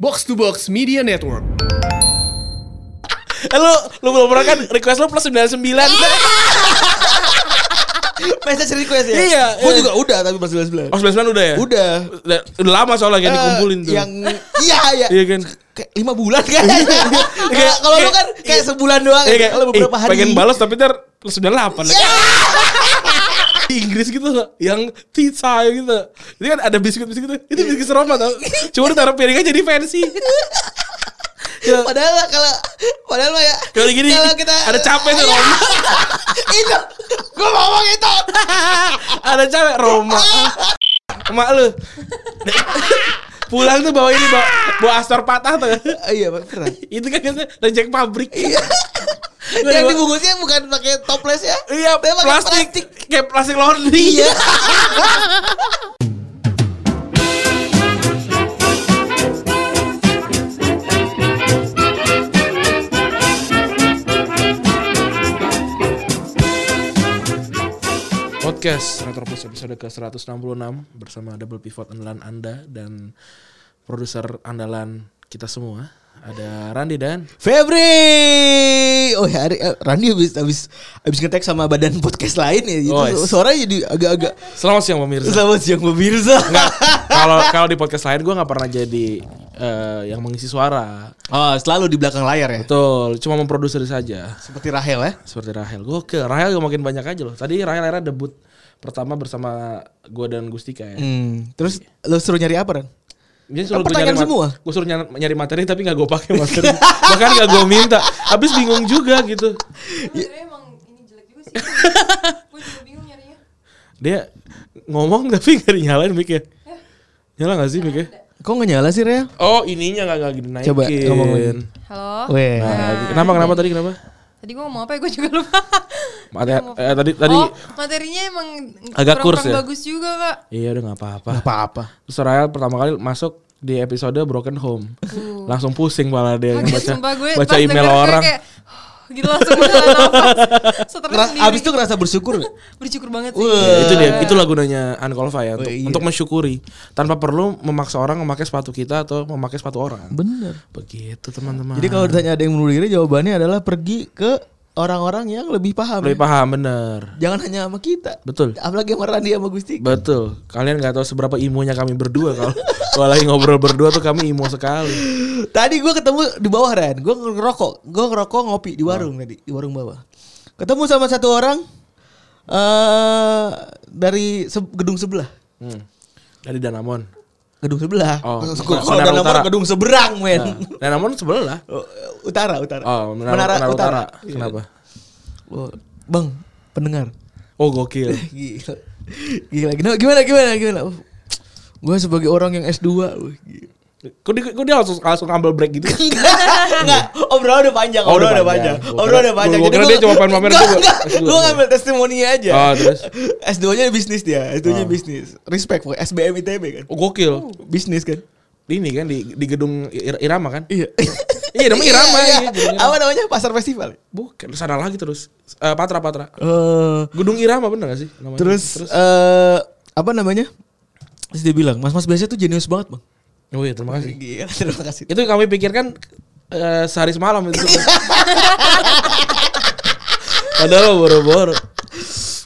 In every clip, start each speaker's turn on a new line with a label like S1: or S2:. S1: Box to Box Media Network.
S2: Eh, lu lu belum pernah kan request lu plus 99.
S3: Message request ya?
S2: Iya,
S3: Gue
S2: iya.
S3: juga udah tapi pas 19.
S2: Oh 99 udah ya?
S3: Udah.
S2: Udah, udah lama soalnya kayak
S3: Eh,
S2: dikumpulin tuh.
S3: Yang iya iya.
S2: Iya kan?
S3: Kayak lima bulan kan? Kalau- Kalau lu kan kayak
S2: Iya.
S3: sebulan doang.
S2: Iya
S3: ya.
S2: kayak
S3: Kalau beberapa
S2: ih,
S3: hari.
S2: Pengen balas tapi ntar plus 98 lagi. Di Inggris gitu loh, yang tea time gitu. Itu kan ada biskuit-biskuit itu. Itu biskuit seroma tau. Cuma ditaruh piringnya jadi fancy.
S3: Padahal kalau padahal mah ya.
S2: Kalau gini
S3: kalau kita
S2: ada capek tuh Roma.
S3: itu gue ngomong itu.
S2: ada cewek Roma emak lu pulang tuh bawa ini bawa, bawa astor patah tuh
S3: Eh, Iya Pak, keren.
S2: itu kan biasanya reject pabrik
S3: Iya. Yang dibungkusnya bukan pakai toples ya?
S2: iya
S3: Tapi pakai
S2: plastik, kayak plastik laundry
S3: Iya.
S2: podcast Retropus episode ke 166 bersama double pivot andalan anda dan produser andalan kita semua ada Randi dan
S3: Febri. Oh ya, hari, eh, Randi habis habis habis ngetek sama badan podcast lain ya. Gitu.
S2: Oh, yes.
S3: Suaranya jadi agak-agak
S2: selamat siang pemirsa
S3: selamat siang pemirsa.
S2: Nggak, kalau kalau di podcast lain gue nggak pernah jadi eh, yang mengisi suara
S3: Oh, selalu di belakang layar ya.
S2: betul cuma memproduser saja
S3: Seperti Rahel ya.
S2: Seperti Rahel. Gokil. Rahel makin banyak aja loh. Tadi Rahel akhirnya debut pertama bersama gue dan Gustika ya.
S3: Hmm. Terus lo suruh nyari apa, Ran?
S2: Dia
S3: Kan pertanyaan semua.
S2: Gue suruh nyari, nyari materi tapi gak gue pakai materi. Bahkan gak gue minta. Habis bingung juga gitu.
S4: Sebenarnya emang ini jelek juga sih. Gue juga bingung nyarinya.
S2: Dia ngomong tapi gak dinyalain mic ya. Nyala gak sih mic
S3: Kok nggak nyala sih, Rahel?
S2: Oh ininya gak, gak dinaikin.
S3: Coba ngomong lagi.
S4: Halo.
S3: Weh.
S2: Nah, kenapa kenapa tadi kenapa?
S4: Tadi gue ngomong apa ya? Gue juga lupa.
S2: Mate- eh, tadi tadi
S4: Oh, materinya emang
S2: Agak
S4: kurang-
S2: kurs
S4: kurang
S2: ya?
S4: bagus juga, Kak.
S2: Iya udah gak apa-apa.
S3: Apa-apa.
S2: Terus Rahel pertama kali masuk di episode Broken Home. Langsung pusing malah dia
S4: Agak
S2: Iya, baca,
S4: Uh. sumpah gue
S2: baca
S4: pas
S2: email
S4: denger gue
S2: orang.
S4: kayak, gitu langsung jalan nafas. Stres
S3: Ngera-
S4: sendiri.
S3: abis itu ngerasa bersyukur nggak?
S4: bersyukur banget sih. Iya.
S3: Wah.
S2: Ya, itu dia, itulah gunanya Unqualified ya, untuk,
S3: Iya. Oh, iya.
S2: untuk mensyukuri tanpa perlu memaksa orang memakai sepatu kita atau memakai sepatu orang.
S3: Bener.
S2: Begitu teman-teman.
S3: Jadi kalau ditanya ada yang bunuh diri, jawabannya adalah pergi ke orang-orang yang lebih paham.
S2: lebih paham bener,
S3: Jangan hanya sama kita.
S2: betul,
S3: Apalagi sama Randi sama Gusti.
S2: betul. Kalian nggak tahu seberapa imunya kami berdua kalau kalau lagi ngobrol berdua tuh kami imu sekali.
S3: Tadi gue ketemu di bawah Ren, gue ngerokok, gue ngerokok ngopi di warung tadi, di warung bawah. Ketemu sama satu orang eh dari se- gedung sebelah,
S2: Hmm. Dari Danamon.
S3: gedung sebelah.
S2: Oh,
S3: Kalau-
S2: Menara
S3: kalau dalam
S2: Utara.
S3: orang gedung seberang men.
S2: Nah, Danamon sebelah.
S3: Oh, Utara, utara.
S2: Oh, menara, menara, utara. Kenapa?
S3: Oh, Bang, pendengar.
S2: Oh gokil.
S3: Gila. Gila, gimana gimana gimana? gimana? Gue sebagai orang yang S2 wah, gila.
S2: Kok dia, kok dia langsung langsung ambil break gitu?
S3: Enggak, obrolan udah panjang,
S2: Oh, udah
S3: obrolan udah
S2: panjang.
S3: panjang.
S2: Gua
S3: Obrolan
S2: kira-
S3: udah panjang.
S2: gua- gua kira dia cuma pamer-pamer
S3: Enggak,
S2: doang.
S3: enggak.
S2: S2.
S3: Gua ngambil testimoni aja.
S2: Ah, terus?
S3: S2-nya bisnis dia, S2-nya
S2: Ah.
S3: bisnis. Respect pokoknya SBM ITB kan.
S2: Oh gokil.
S3: Bisnis kan.
S2: Ini kan di di gedung Ir- Irama kan?
S3: Iya.
S2: Iya, namanya Irama,
S3: Iya,
S2: iya, gedung
S3: iya. Apa namanya? Pasar festival.
S2: Bukan sana lagi terus. Eh, Patra Patra.
S3: Eh,
S2: Gedung Irama bener gak sih? namanya?
S3: terus eh apa namanya? Terus dia bilang, Mas Mas biasanya tuh jenius banget, Bang.
S2: Oh iya, terima kasih.
S3: Gila, terima kasih.
S2: Itu kami pikirkan eh, sehari semalam itu. Padahal boro-boro.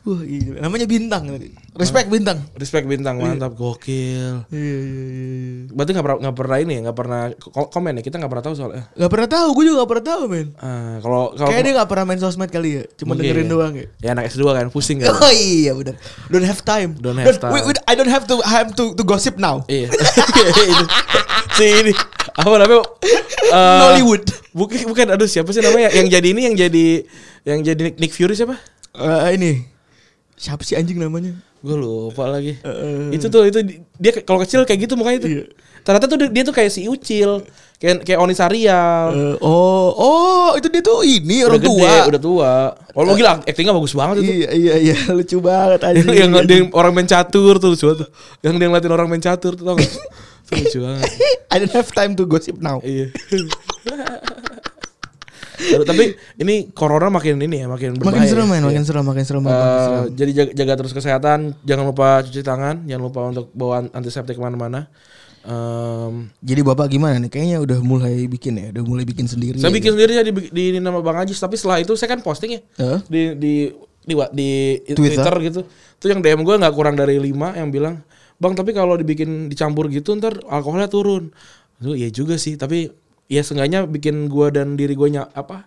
S3: Wah, gila. Namanya bintang tadi. Respect bintang.
S2: Respect bintang mantap, gokil.
S3: Iya, iya, iya. iya.
S2: Berarti nggak pernah nggak pernah ini ya, nggak pernah ko- komen ya. Kita nggak pernah tahu soalnya.
S3: Gak pernah tahu, gue juga gak pernah tahu, men.
S2: Eh, kalau kalau
S3: Kayaknya dia gak pernah main sosmed kali ya. Cuma
S2: Mungkin
S3: dengerin
S2: ya.
S3: doang ya.
S2: ya anak S2 kan pusing kan.
S3: Oh iya benar. Don't have time.
S2: Don't have time.
S3: We, we- I don't have to have to to gossip now.
S2: Iya. Itu. si ini apa namanya? Eh,
S3: Nollywood.
S2: Bukan bukan aduh siapa sih namanya yang jadi ini yang jadi yang jadi Nick, Nick Fury siapa?
S3: Eh, ini siapa sih anjing namanya?
S2: Gue lupa lagi.
S3: Eh,
S2: itu tuh itu di- dia ke- kalau kecil kayak gitu mukanya tuh.
S3: Iya.
S2: Ternyata tuh dia, dia tuh kayak si Ucil, kayak kayak Oni Sarial.
S3: Eh, oh oh itu dia tuh ini
S2: udah
S3: orang
S2: gede,
S3: tua.
S2: udah tua. Kalau gila aktingnya bagus banget itu.
S3: Iya iya iya lucu banget anjing.
S2: yang yang dia- orang main catur tuh lucu banget tuh. Yang dia ngeliatin orang main catur tuh tau gak? Itu lucu banget.
S3: I don't have time to gossip now.
S2: Iya. Aduh, tapi ini corona makin ini ya makin berbahaya.
S3: Makin seram
S2: ya.
S3: men,
S2: Iya.
S3: makin seram, makin seram, makin seram.
S2: Eh, jadi jaga, jaga terus kesehatan, jangan lupa cuci tangan, jangan lupa untuk bawa an- antiseptik kemana-mana. Em,
S3: Jadi bapak gimana nih? Kayaknya udah mulai bikin ya, udah mulai bikin sendiri.
S2: saya
S3: ya,
S2: bikin sendiri ya di, di, di nama Bang Ajis tapi setelah itu saya kan posting ya
S3: Heeh.
S2: di di di, wa- di
S3: Twitter.
S2: Twitter. gitu. Tuh yang DM gue nggak kurang dari lima yang bilang, "Bang, tapi kalau dibikin dicampur gitu ntar alkoholnya turun." Itu iya juga sih, tapi ya seenggaknya bikin gua dan diri gue apa?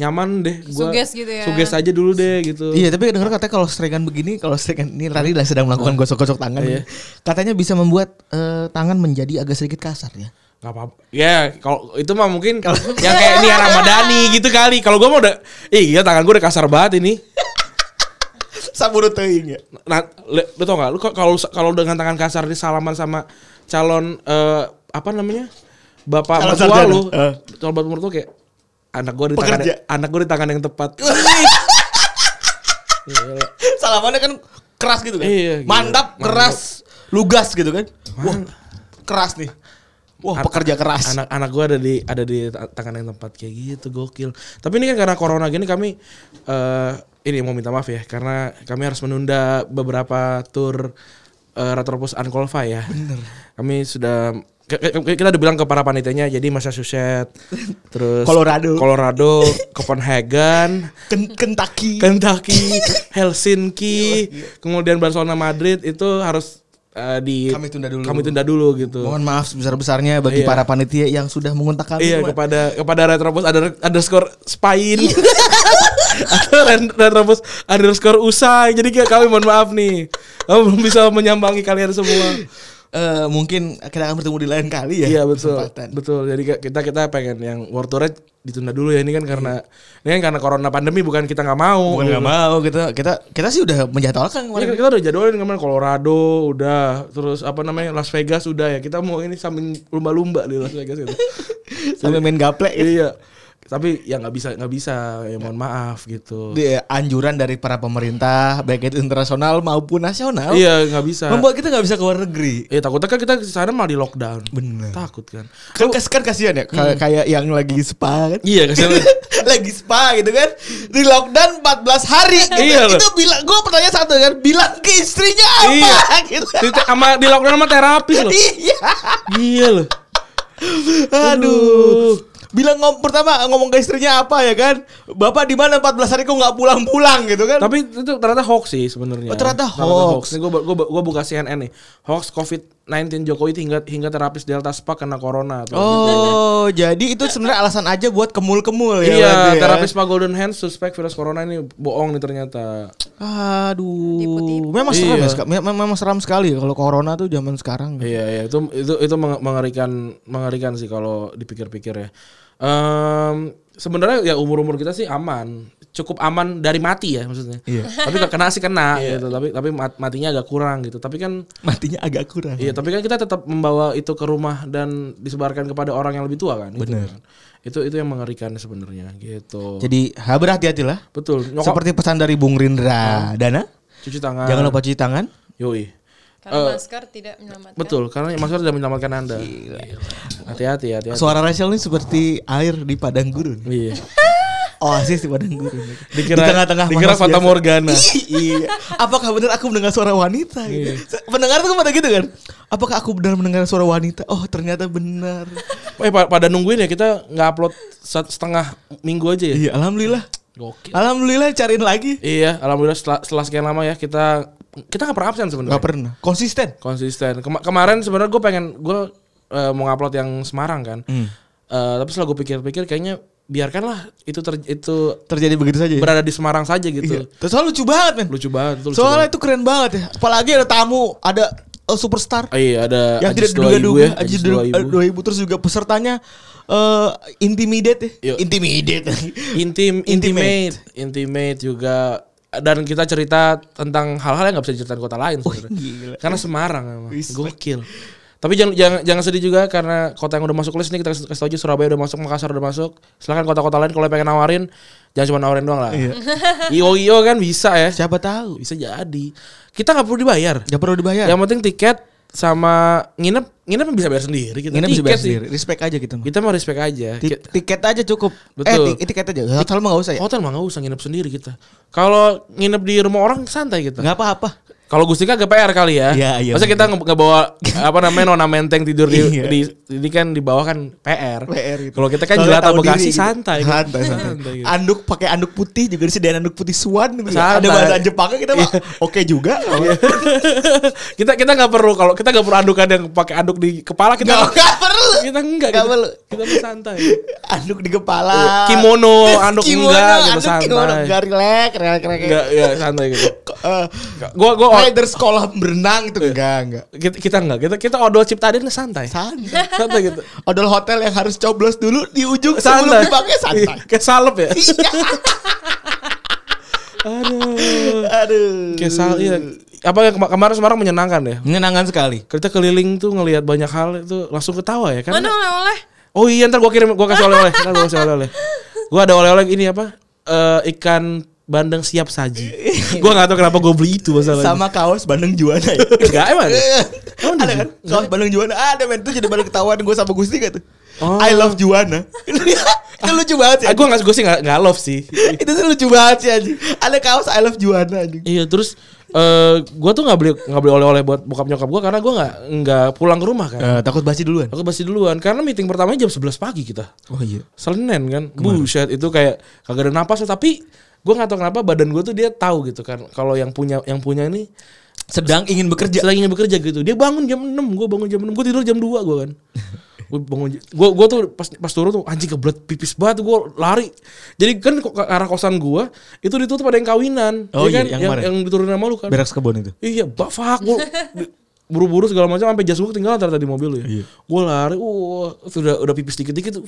S2: nyaman deh gua.
S4: Suges gitu ya.
S2: Suges aja dulu deh gitu.
S3: Iya tapi dengar katanya kalau strengan begini kalau strengan ini tadi lah sedang melakukan gosok-gosok tangan
S2: Iya.
S3: katanya bisa membuat eh, tangan menjadi agak sedikit kasar ya.
S2: Gak apa-apa. Ya, kalau itu mah mungkin yang kayak ini Ramadhani gitu kali. Kalau gua mau udah Ih, iya tangan gua udah kasar banget ini.
S3: Saburu teuing ya.
S2: Nah, le- lu tau gak? Lu kok kalau kalau dengan tangan kasar di salaman sama calon eh, apa namanya? Bapak
S3: Calon
S2: mertua
S3: sarjana.
S2: lu.
S3: Eh.
S2: Calon bapak mertua kayak anak gua di tangan
S3: Pekerja.
S2: anak gua di tangan yang tepat. Gila.
S3: Salamannya kan keras gitu kan.
S2: Iya, gila.
S3: Mantap,
S2: Mantap.
S3: keras, lugas gitu kan. Wah, keras nih. Wah,
S2: An-
S3: pekerja keras.
S2: Anak anak gua ada di ada di ta- tangan yang tempat kayak gitu gokil. Tapi ini kan karena corona gini kami eh ini mau minta maaf ya karena kami harus menunda beberapa tur eh Retropus Unqualified ya. Kami sudah ke- ke- kita udah bilang ke para panitianya jadi Massachusetts terus
S3: Colorado.
S2: Colorado, Copenhagen,
S3: Ken- Kentucky.
S2: Kentucky, Helsinki, kemudian Barcelona, Madrid itu harus eh, di
S3: Kami tunda dulu.
S2: Kami tunda dulu gitu.
S3: Mohon maaf sebesar-besarnya bagi
S2: Iya.
S3: para panitia yang sudah mengontak kami.
S2: Iya
S3: Cuma- Iya.
S2: kepada kepada Retrobus ada underscore spine atau Ren- Retrobus underscore usai. Jadi kayak kami mohon maaf nih, kami belum bisa menyambangi kalian semua.
S3: Eh, mungkin kita akan bertemu di lain kali ya.
S2: Iya betul,
S3: kesempatan.
S2: betul. Jadi kayak kita kita pengen yang world tour ditunda dulu ya ini kan karena ini
S3: Iya.
S2: kan karena corona pandemi bukan kita nggak mau.
S3: Bukan nggak mau kita kita kita sih udah
S2: Ini
S3: menjadwalkan kemarin.
S2: kan kita udah jadwalin kemarin Colorado udah terus apa namanya Las Vegas udah ya kita mau ini sambil lumba-lumba di Las Vegas itu.
S3: sambil main gaplek gitu.
S2: iya. Tapi ya nggak bisa nggak bisa ya mohon maaf gitu.
S3: Di- eh, anjuran dari para pemerintah baik itu internasional maupun nasional
S2: Iya nggak bisa.
S3: membuat kita nggak bisa keluar negeri
S2: Iya takutnya kan kita ke sana malah di lockdown.
S3: Bener.
S2: Takut kan.
S3: kan kas- kan kasihan ya kayak kayak yang lagi spa kan
S2: Hmm. Iya kasihan.
S3: lagi spa gitu kan di lockdown 14 hari gitu.
S2: Iya loh.
S3: itu bilang gue pertanyaan satu kan bilang ke istrinya apa
S2: Iya.
S3: gitu
S2: di, sama di lockdown sama terapis loh.
S3: iya
S2: Iya loh.
S3: aduh bilang ngom pertama ngomong ke istrinya apa ya kan bapak di mana 14 hari kok nggak pulang-pulang gitu kan
S2: Tapi itu ternyata hoax sih sebenarnya.
S3: Oh, ternyata hoax.
S2: Gue gue gue buka CNN nih. Hoax COVID-19 Jokowi hingga hingga terapis Delta Spa kena corona. Tuh.
S3: Oh, jadi itu sebenarnya alasan aja buat kemul-kemul ya.
S2: Iya,
S3: berarti ya?
S2: terapis Spa Golden Hand suspek virus corona ini bohong nih ternyata.
S3: Aduh,
S4: Tipu-tipu.
S3: memang seram
S2: Iya.
S3: ya, Ska- mem- memang seram sekali ya kalau corona tuh zaman sekarang.
S2: Iya iya itu itu itu meng- mengerikan mengerikan sih kalau dipikir-pikir ya. Em, sebenarnya ya umur-umur kita sih aman, cukup aman dari mati ya maksudnya.
S3: Iya.
S2: Tapi kalau kena sih kena gitu, tapi tapi mat- matinya agak kurang gitu. Tapi kan
S3: Matinya agak kurang.
S2: iya, tapi kan kita tetap membawa itu ke rumah dan disebarkan kepada orang yang lebih tua kan. gitu
S3: Bener.
S2: kan. Itu itu yang mengerikan sebenarnya gitu.
S3: Jadi ha, berhati-hatilah.
S2: Betul. Nyokap Ah.
S3: Seperti pesan dari Bung Rindra Dana,
S2: cuci tangan.
S3: jangan lupa cuci tangan.
S2: Yoi.
S4: Karena masker tidak
S2: eh,
S4: menyelamatkan.
S2: Betul, karena masker sudah menyelamatkan Anda. Hati-hati, hati-hati.
S3: Suara Rachel ini seperti air di padang gurun.
S2: Iya.
S3: Oasis di padang gurun.
S2: Dikira-
S3: di tengah-tengah
S2: dikira
S3: manusia
S2: Fata
S3: biasa.
S2: Morgana.
S3: iya. Apakah benar aku mendengar suara wanita?
S2: Iya.
S3: Gitu. Pendengar tuh pada gitu kan. Apakah aku benar mendengar suara wanita? Oh, ternyata benar.
S2: Eh pa- pada nungguin ya kita nggak upload set- setengah minggu aja ya.
S3: iya, alhamdulillah.
S2: Gokil.
S3: Alhamdulillah cariin lagi.
S2: Iya, alhamdulillah setelah, setelah sekian lama ya kita kita nggak pernah absen
S3: Gak
S2: sebenarnya.
S3: pernah. Konsisten.
S2: Konsisten. Kema- kemarin sebenarnya gue pengen gue eh, mau ngupload yang Semarang kan.
S3: Hmm.
S2: Eh, tapi setelah gue pikir-pikir kayaknya biarkanlah itu ter- itu
S3: Terjadi begitu saja ya.
S2: berada di Semarang saja
S3: Iya.
S2: gitu.
S3: Terus soalnya lucu banget men.
S2: Lucu banget. itu lucu
S3: Soalnya
S2: banget.
S3: itu keren banget ya. Apalagi ada tamu, ada eh, superstar
S2: Oh, iya ada
S3: yang
S2: Ajis 2000
S3: tidak diduga-duga,
S2: Ajis
S3: Ajis dua
S2: 2000.
S3: ribu terus juga pesertanya eh intimidate ya.
S2: Yuk.
S3: Intimidate.
S2: Intim,
S3: Intimate.
S2: intimate, intimate juga dan kita cerita tentang hal-hal yang nggak bisa diceritain kota lain sebenarnya.
S3: Oh, gila.
S2: Karena Semarang emang.
S3: Respect.
S2: Gokil. Tapi jangan, jangan jangan sedih juga karena kota yang udah masuk list ini kita kasih kasih tau aja Surabaya udah masuk, Makassar udah masuk. Silakan kota-kota lain kalau pengen nawarin jangan cuma nawarin doang lah.
S3: Iya.
S2: Iyo iyo kan bisa ya.
S3: Siapa tahu.
S2: Bisa jadi. Kita nggak perlu dibayar.
S3: Gak perlu dibayar.
S2: Yang penting tiket sama nginep nginep bisa bayar sendiri kita.
S3: Nginep bisa
S2: Tiket
S3: bayar
S2: sih.
S3: sendiri. Respect aja gitu.
S2: Kita mau respect aja.
S3: Ti- tiket aja cukup.
S2: Betul. Oh.
S3: Eh, ti- tiket aja. Hotel mah gak usah ya.
S2: Hotel mah gak usah nginep sendiri kita. Kalau nginep di rumah orang santai kita.
S3: Gak apa-apa.
S2: Kalau Gustika ke PR kali ya.
S3: Iya, iya,
S2: Masa kita nge- ngebawa apa namanya nona menteng tidur di,
S3: Iya.
S2: di ini kan di bawah kan PR.
S3: PR gitu.
S2: Kalau kita kan
S3: Soalnya
S2: jelata
S3: tahu
S2: Bekasi
S3: diri gitu.
S2: santai. kan.
S3: Santai,
S2: gitu.
S3: santai. Anduk pakai anduk putih juga disediain anduk putih suan gitu.
S2: Santai.
S3: Ada bahasa Jepangnya kita
S2: Iya.
S3: mah oke juga.
S2: kita kita nggak perlu kalau kita nggak perlu adukan yang pakai aduk di kepala kita
S3: Enggak enggak perlu.
S2: kita enggak
S3: Nggak
S2: kita,
S3: perlu.
S2: kita mah santai.
S3: Anduk di kepala.
S2: Iya. Kimono, anduk
S3: Kimono,
S2: enggak, gitu,
S3: anduk kimono
S2: santai.
S3: enggak relax, relax, relax.
S2: Enggak ya santai gitu.
S3: Eh,
S2: Gua gua
S3: rider sekolah berenang gitu. itu enggak, enggak.
S2: kita, kita enggak kita kita odol ciptain santai.
S3: Santai.
S2: Santai gitu.
S3: Odol hotel yang harus coblos dulu di ujung sebelum
S2: Santai.
S3: dipakai santai.
S2: Kayak salep ya.
S3: Iya.
S2: Aduh.
S3: Aduh.
S2: Kayak sal iya. Apa yang kema- kemarin Semarang menyenangkan ya?
S3: Menyenangkan sekali.
S2: Kita keliling tuh ngelihat banyak hal itu langsung ketawa ya
S4: Mana
S2: kan?
S4: oleh-oleh?
S2: Oh iya ntar gua kirim gua kasih oleh-oleh. Ntar gua kasih oleh-oleh. Gua ada oleh-oleh ini apa? Eh, ikan bandeng siap saji. gua nggak tahu kenapa gua beli itu masalahnya.
S3: Sama kaos Bandeng Juwana ya.
S2: Enggak emang. Emang
S3: ada
S2: di-
S3: kan? Kaos Bandeng Juwana ada men. Itu jadi pada ketahuan gue sama Gusti gak tuh?
S2: Oh.
S3: I love Juwana. itu lucu banget sih.
S2: Ah, gua nggak gua sih nggak nggak love sih.
S3: itu tuh lucu banget sih anjing. Ada kaos I love Juwana anjing.
S2: Iya terus eh gue tuh nggak beli nggak beli oleh-oleh buat bokap nyokap gue karena gue nggak nggak pulang ke rumah kan.
S3: Eh, takut basi duluan.
S2: Aku pasti duluan karena meeting pertamanya jam 11 pagi kita.
S3: Oh iya.
S2: Senin kan. Buset itu kayak kagak ada napas tapi gue nggak tahu kenapa badan gue tuh dia tahu gitu kan kalau yang punya yang punya ini
S3: Sedang ingin bekerja.
S2: sedang ingin bekerja gitu dia bangun jam 6 gue bangun jam 6 gue tidur jam 2 gue kan gue bangun gue gue tuh pas pas turun tuh anjing kebelet pipis banget gue lari jadi kan ke ke arah kosan gue itu ditutup ada yang kawinan
S3: Oh
S2: ya
S3: iya,
S2: kan
S3: yang
S2: yang,
S3: kemarin.
S2: yang diturunin sama lu kan
S3: Berak kebon itu.
S2: Iya, bak fuck gua di- buru-buru segala macam sampai jas gua ketinggalan ternyata di mobil ya.
S3: Iya.
S2: Gua lari, wah, udah udah pipis dikit-dikit tuh.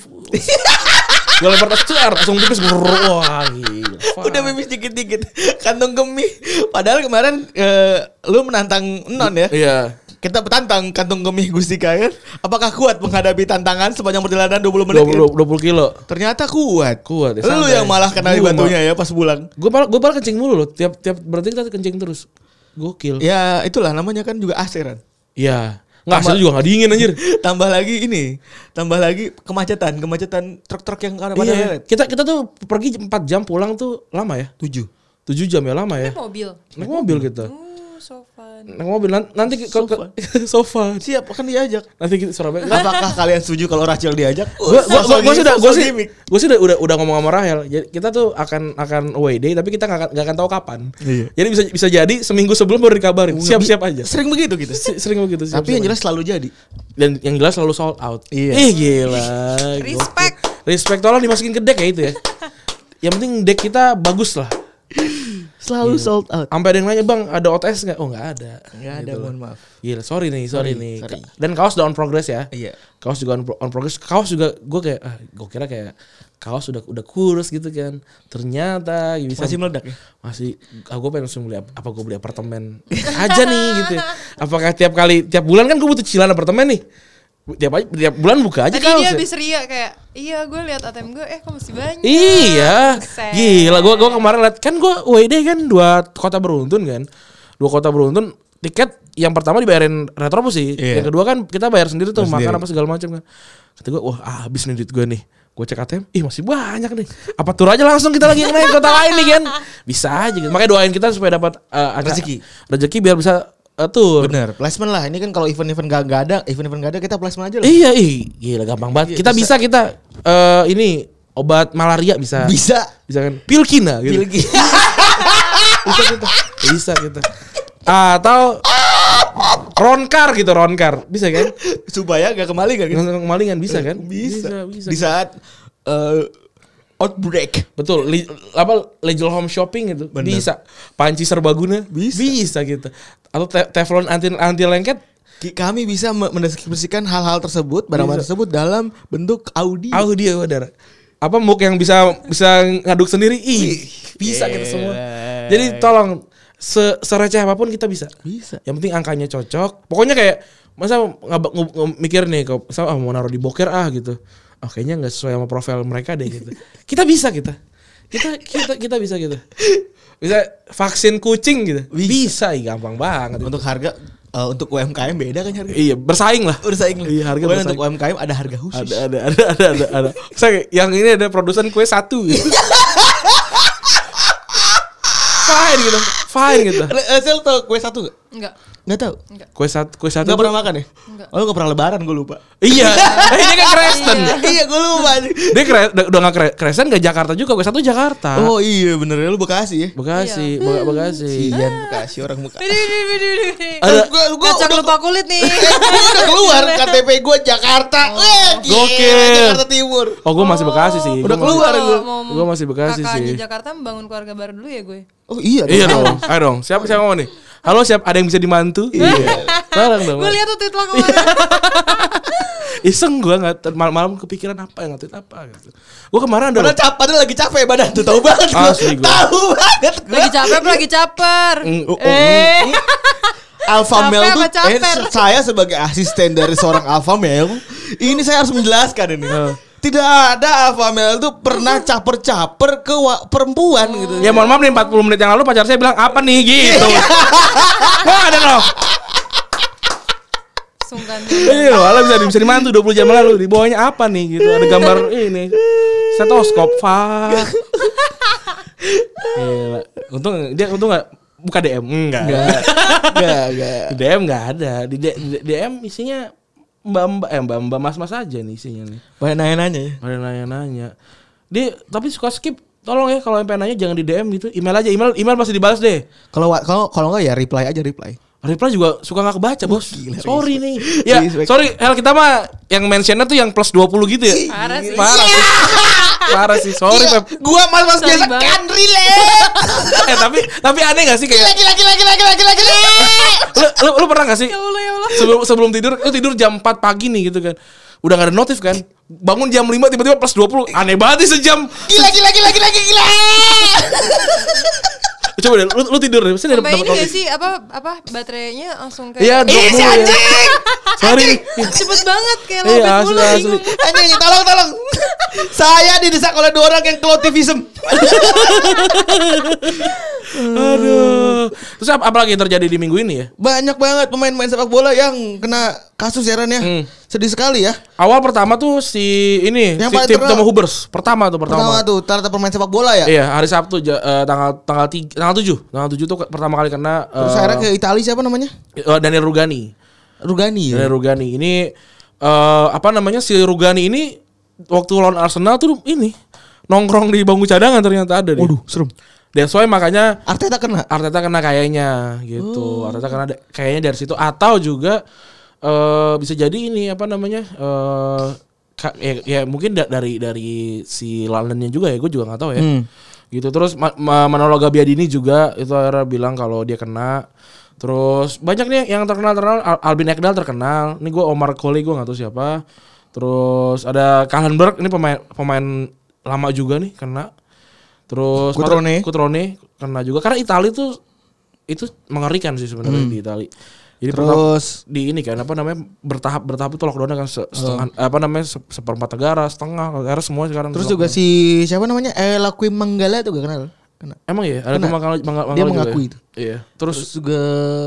S2: gua lempar tas cer, langsung pipis. Brrr, Wah, gila. fuck.
S3: Udah pipis dikit-dikit. Kantong kemih. Padahal kemarin eh, lu menantang Non ya.
S2: Iya.
S3: Kita bertantang kantong kemih Gustika kan. Apakah kuat menghadapi tantangan sepanjang perjalanan 20 menit? ya?
S2: 20, 20 kilo.
S3: Ternyata kuat.
S2: Kuat, ya,
S3: Lu
S2: santai.
S3: yang malah kena
S2: Gua
S3: batunya ya pas pulang.
S2: Gua malah gua malah kencing mulu loh. Tiap tiap berarti kita kencing terus. Gokil. Iya.
S3: Ya itulah namanya kan juga asiran.
S2: Nggak,
S3: Sama-
S2: hasilnya juga nggak dingin anjir.
S3: tambah lagi ini, tambah lagi kemacetan, kemacetan truk-truk yang ada pada
S2: iya.
S3: lewat.
S2: Kita kita tuh pergi 4 jam pulang tuh lama ya.
S3: Tujuh.
S2: 7 jam ya lama ya.
S4: Naik mobil.
S2: Naik mobil kita.
S3: Iya.
S4: Uh, so fun.
S2: Naik mobil nan- nanti ke, ke- ke- sofa.
S3: Siap akan diajak.
S2: Nanti kita Surabaya.
S3: Apakah kalian setuju kalau Rachel diajak?
S2: gue gue gue
S3: Sosok gimmick,
S2: sudah gue
S3: sosok
S2: sih
S3: gimmick.
S2: gue sih udah udah udah ngomong sama Rahel jadi kita tuh akan akan away day tapi kita nggak akan- nggak akan tahu kapan
S3: Iya.
S2: jadi bisa bisa jadi seminggu sebelum baru dikabarin siap siap aja
S3: Sering begitu kita.
S2: Si- sering begitu siap,
S3: Tapi yang jelas selalu jadi.
S2: dan yang jelas selalu sold out
S3: Iya.
S2: Ih, gila
S4: Respect.
S2: Gokil. respect tolong dimasukin ke deck ya itu ya yang penting deck kita bagus lah
S3: Selalu sold out.
S2: sampai ada yang nanya bang ada OTS nggak oh nggak ada
S3: Enggak ada,
S2: Gitu loh.
S3: mohon maaf.
S2: Gila, sorry nih, sorry,
S3: Sorry,
S2: nih.
S3: sorry.
S2: Dan kaos udah on progress ya.
S3: Iya.
S2: Kaos juga on, pro- on progress. Kaos juga gue kayak, ah, gue kira kayak kaos udah udah kurus gitu kan. Ternyata ya bisa
S3: Masih meledak ya?
S2: Masih, ah, gue pengen langsung beli ap- apa gue beli apartemen aja nih gitu. Apakah tiap kali tiap bulan kan gue butuh cicilan apartemen nih. Bu- Tiap aja- tiap bulan buka aja
S4: Tadi
S2: kaos. ya.
S4: dia habis ria kayak, iya gue lihat ATM gue, eh kok masih banyak.
S2: Iya,
S4: Buset.
S2: gila. Gue gua kemarin liat kan gue WD kan dua kota beruntun kan, dua kota beruntun tiket yang pertama dibayarin retrobus sih,
S3: Iya.
S2: yang kedua kan kita bayar sendiri tuh
S3: Bayar
S2: makan
S3: sendiri.
S2: apa segala macam kan. Kata gue, wah ah, habis nih duit gue nih. Gue cek ATM, ih masih banyak nih. Apa tur aja langsung kita lagi yang naik kota lain nih kan? Bisa aja. Gitu. Makanya doain kita supaya dapat eh, acara-
S3: Rezeki.
S2: rezeki biar bisa eh, tur.
S3: Bener, placement lah. Ini kan kalau event-event gak, gak ada, event-event gak ada kita placement aja lah.
S2: Iya, ih, gila gampang
S3: Iya,
S2: banget. Kita
S3: ya.
S2: bisa, kita eh, ini obat malaria bisa.
S3: Bisa.
S2: Bisa kan? Pilkina gitu.
S3: Pilgi.
S2: bisa kita bisa kita atau ronkar gitu ronkar bisa kan
S3: Supaya gak kembali kan?
S2: Nonton kemalingan bisa kan
S3: Bisa.
S2: bisa,
S3: Di saat eh, outbreak.
S2: betul li, apa legal home shopping gitu
S3: Bener.
S2: bisa panci serbaguna
S3: Bisa.
S2: bisa gitu atau te- teflon anti anti lengket
S3: Ki- Kami bisa me- mendeskripsikan hal-hal tersebut, barang-barang tersebut dalam bentuk audio.
S2: audio dia udara apa muk yang bisa bisa ngaduk sendiri ih Iya. bisa kita semua jadi tolong se sereceh apapun kita bisa
S3: Bisa.
S2: yang penting angkanya cocok pokoknya kayak masa ngab- nge- nge- mikir nih kalau masa ah, mau naruh di boker ah gitu ah kayaknya nggak sesuai sama profil mereka deh gitu kita bisa kita kita kita kita bisa gitu bisa vaksin kucing gitu bisa, ih, gampang banget
S3: Untuk harga eh, untuk UMKM beda kan harga.
S2: iya bersaing lah
S3: Bersaing lah.
S2: Iya, harga
S3: Pokoknya
S2: bersaing.
S3: untuk UMKM ada harga khusus.
S2: ada ada ada ada ada ada saya kayak, yang ini ada produsen kue satu gitu. fine gitu fine gitu.
S3: Le- eh, Sel tau kue satu gak?
S4: Enggak.
S3: Gak tau
S2: Kue satu, kue satu.
S3: Gak
S2: tuh-
S3: pernah makan ya?
S4: Enggak.
S3: Oh lu gak pernah lebaran gue lupa
S2: Iya. Eh, dia kan Kristen.
S4: Iya.
S3: Iya gue lupa anjing.
S2: Dia kre, udah- udah nggak kre- Kristen gak Jakarta juga. Kue satu Jakarta.
S3: Oh iya bener ya lu Bekasi ya
S2: Bekasi, Be- Bekasi.
S3: Iya Bekasi orang Bekasi
S4: Bidi, bidi, bidi, bidi.
S2: Ada-
S3: Gue
S4: Kacang
S3: udah
S4: lupa kulit nih.
S3: Gue udah keluar KTP gue Jakarta. Eh, gila,
S2: Gokil.
S3: Jakarta Timur.
S2: Oh, gue masih Bekasi sih. Gua
S3: Udah
S2: masih-
S3: keluar gue.
S4: Mau-
S2: Gua masih Bekasi
S4: kakak
S2: sih.
S4: di Jakarta membangun keluarga baru dulu ya gue.
S3: Oh iya.
S2: Iya dong. Ayo dong. Siapa siapa mau nih? Halo, siap ada yang bisa dimantu? Iya. Tolong dong.
S4: Gue lihat tuh tweet lo kemarin.
S2: Iseng gue nggak ter- malam-malam kepikiran apa yang ngatain apa gitu. Gue kemarin
S3: Padahal
S2: ada
S3: capek, padahal lagi capek badan tuh tahu banget. gua.
S2: Asli gua.
S3: Tahu banget gue.
S4: lagi caper, lagi caper.
S2: Mm,
S3: oh, oh,
S4: eh,
S3: Alpha
S4: Capek
S3: male
S4: apa
S3: tuh eh,
S4: caper?
S3: se- saya sebagai asisten dari seorang alpha male, ini saya harus menjelaskan ini. Tidak ada alpha male tuh pernah caper-caper ke wa- perempuan gitu.
S2: Ya mohon maaf nih 40 menit yang lalu pacar saya bilang apa nih gitu. Wah ada loh.
S4: sungkan.
S2: Iya loh, ala bisa bisa dimantu 20 jam lalu di bawahnya apa nih gitu. Ada gambar ini. Stetoskop fuck. Gila. Untung dia untung nggak buka DM enggak.
S3: Enggak, enggak.
S2: Di DM nggak ada. Di, D- di DM isinya mbak-mbak eh mbak-mbak mas-mas aja nih isinya nih.
S3: Banyak nanya-nanya ya.
S2: Ada yang nanya-nanya. Dia tapi suka skip. Tolong ya kalau yang pengen nanya jangan di DM gitu. Email aja. Email email pasti dibalas deh.
S3: Kalau wa- kalau kalau enggak ya reply aja reply.
S2: Reply juga suka nggak kebaca bos.
S3: gila,
S2: sorry nih. Ya
S3: Respect.
S2: sorry. Hel kita mah yang mentionnya tuh yang plus 20 gitu ya.
S4: Parah sih.
S2: Parah sih. Parah sih. Sorry Pep.
S3: Iya, Gua mas-mas
S4: Oh, Sorry
S3: biasa
S4: banget.
S3: kan relate.
S2: Eh tapi tapi aneh gak sih kayak
S3: Gila gila gila gila gila gila.
S2: lu, lu, lu pernah gak sih
S4: Ya Allah, ya Allah.
S2: sebelum sebelum tidur lu tidur jam 4 pagi nih gitu kan. Udah gak ada notif kan. Bangun jam 5 tiba-tiba plus 20. Aneh banget sih sejam.
S3: Gila gila gila gila gila.
S2: Coba deh lu, lu tidur deh. Pasti
S4: Sampai ini gak
S2: notif.
S4: sih apa apa baterainya langsung
S2: Iya,
S4: kayak
S3: Ih si
S2: 20 ya.
S3: anjing.
S2: Sorry.
S4: cepet banget kayak
S2: Iya,
S4: lobet
S2: asli,
S4: mulu
S2: asli.
S4: bingung.
S3: Anjing tolong tolong. Saya didesak oleh dua orang yang klotivism.
S2: Aduh. Terus ap- apa lagi yang terjadi di minggu ini ya?
S3: Banyak banget pemain-pemain sepak bola yang kena kasus ya Ran ya.
S2: Hmm.
S3: Sedih sekali ya.
S2: Awal pertama tuh si ini
S3: Yang
S2: si
S3: paling
S2: tim
S3: terkenal.
S2: Timo Hubers pertama tuh pertama.
S3: Pertama tuh tarta pemain sepak bola ya.
S2: Iya, hari Sabtu ja- eh, tanggal tanggal 3 tanggal 7. Tanggal 7 tuh ke- pertama kali kena eh,
S3: Terus akhirnya ke Italia siapa namanya?
S2: eh, Daniel Rugani.
S3: Rugani ya.
S2: Daniel Rugani ini eh, apa namanya si Rugani ini waktu lawan Arsenal tuh ini nongkrong di bangku cadangan ternyata ada dia.
S3: Waduh, serem.
S2: That's why makanya
S3: Arteta kena.
S2: Arteta kena kayaknya gitu. Arteta kena da- kayaknya dari situ atau juga eh bisa jadi ini apa namanya? eh ka- ya, ya mungkin da- dari dari si Londonnya juga ya, gue juga nggak tahu ya. Gitu terus ma- ma- Manolo Gabbiadini juga itu akhirnya bilang kalau dia kena. Terus banyak nih yang terkenal terkenal Al- Albin Ekdal terkenal. Ini gue Omar Colley gue nggak tahu siapa. Terus ada Kallenberg ini pemain pemain lama juga nih kena. Terus
S3: Cutrone.
S2: Cutrone kena juga karena Italia tuh itu mengerikan sih sebenarnya di Italia. Jadi Iya, pertama
S3: Hmm. Terus
S2: di ini kan apa namanya bertahap bertahap itu lockdownnya kan se- setengah apa namanya se- seperempat negara setengah negara semua sekarang
S3: Oh. Terus
S2: lockdown.
S3: juga si siapa namanya? Ella Quim Manggala tuh gak kenal. Kena.
S2: emang ya ada
S3: Kena.
S2: mangkal mangkal
S3: Dia
S2: mangkal juga
S3: mengakui
S2: ya?
S3: itu.
S2: Iya. Terus,
S3: Terus eh, juga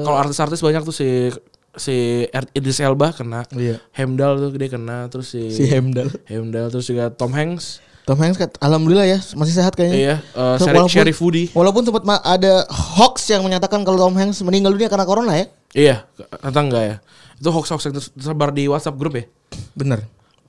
S2: kalau artis-artis banyak tuh si si Er- Idris Elba kena,
S3: Iya.
S2: Hemdal tuh dia kena, terus si,
S3: si Hemdal.
S2: Hemdal terus juga Tom Hanks,
S3: Tom Hanks kat- alhamdulillah ya masih sehat kayaknya.
S2: iya, eh,
S3: Terus
S2: Sheri-
S3: walaupun-
S2: Sheriff Woody,
S3: Walaupun sempat ma- ada hoax yang menyatakan kalau Tom Hanks meninggal dunia karena corona ya.
S2: iya, atau enggak ya? Itu hoax-hoax yang ter- tersebar di WhatsApp grup ya?
S3: Bener.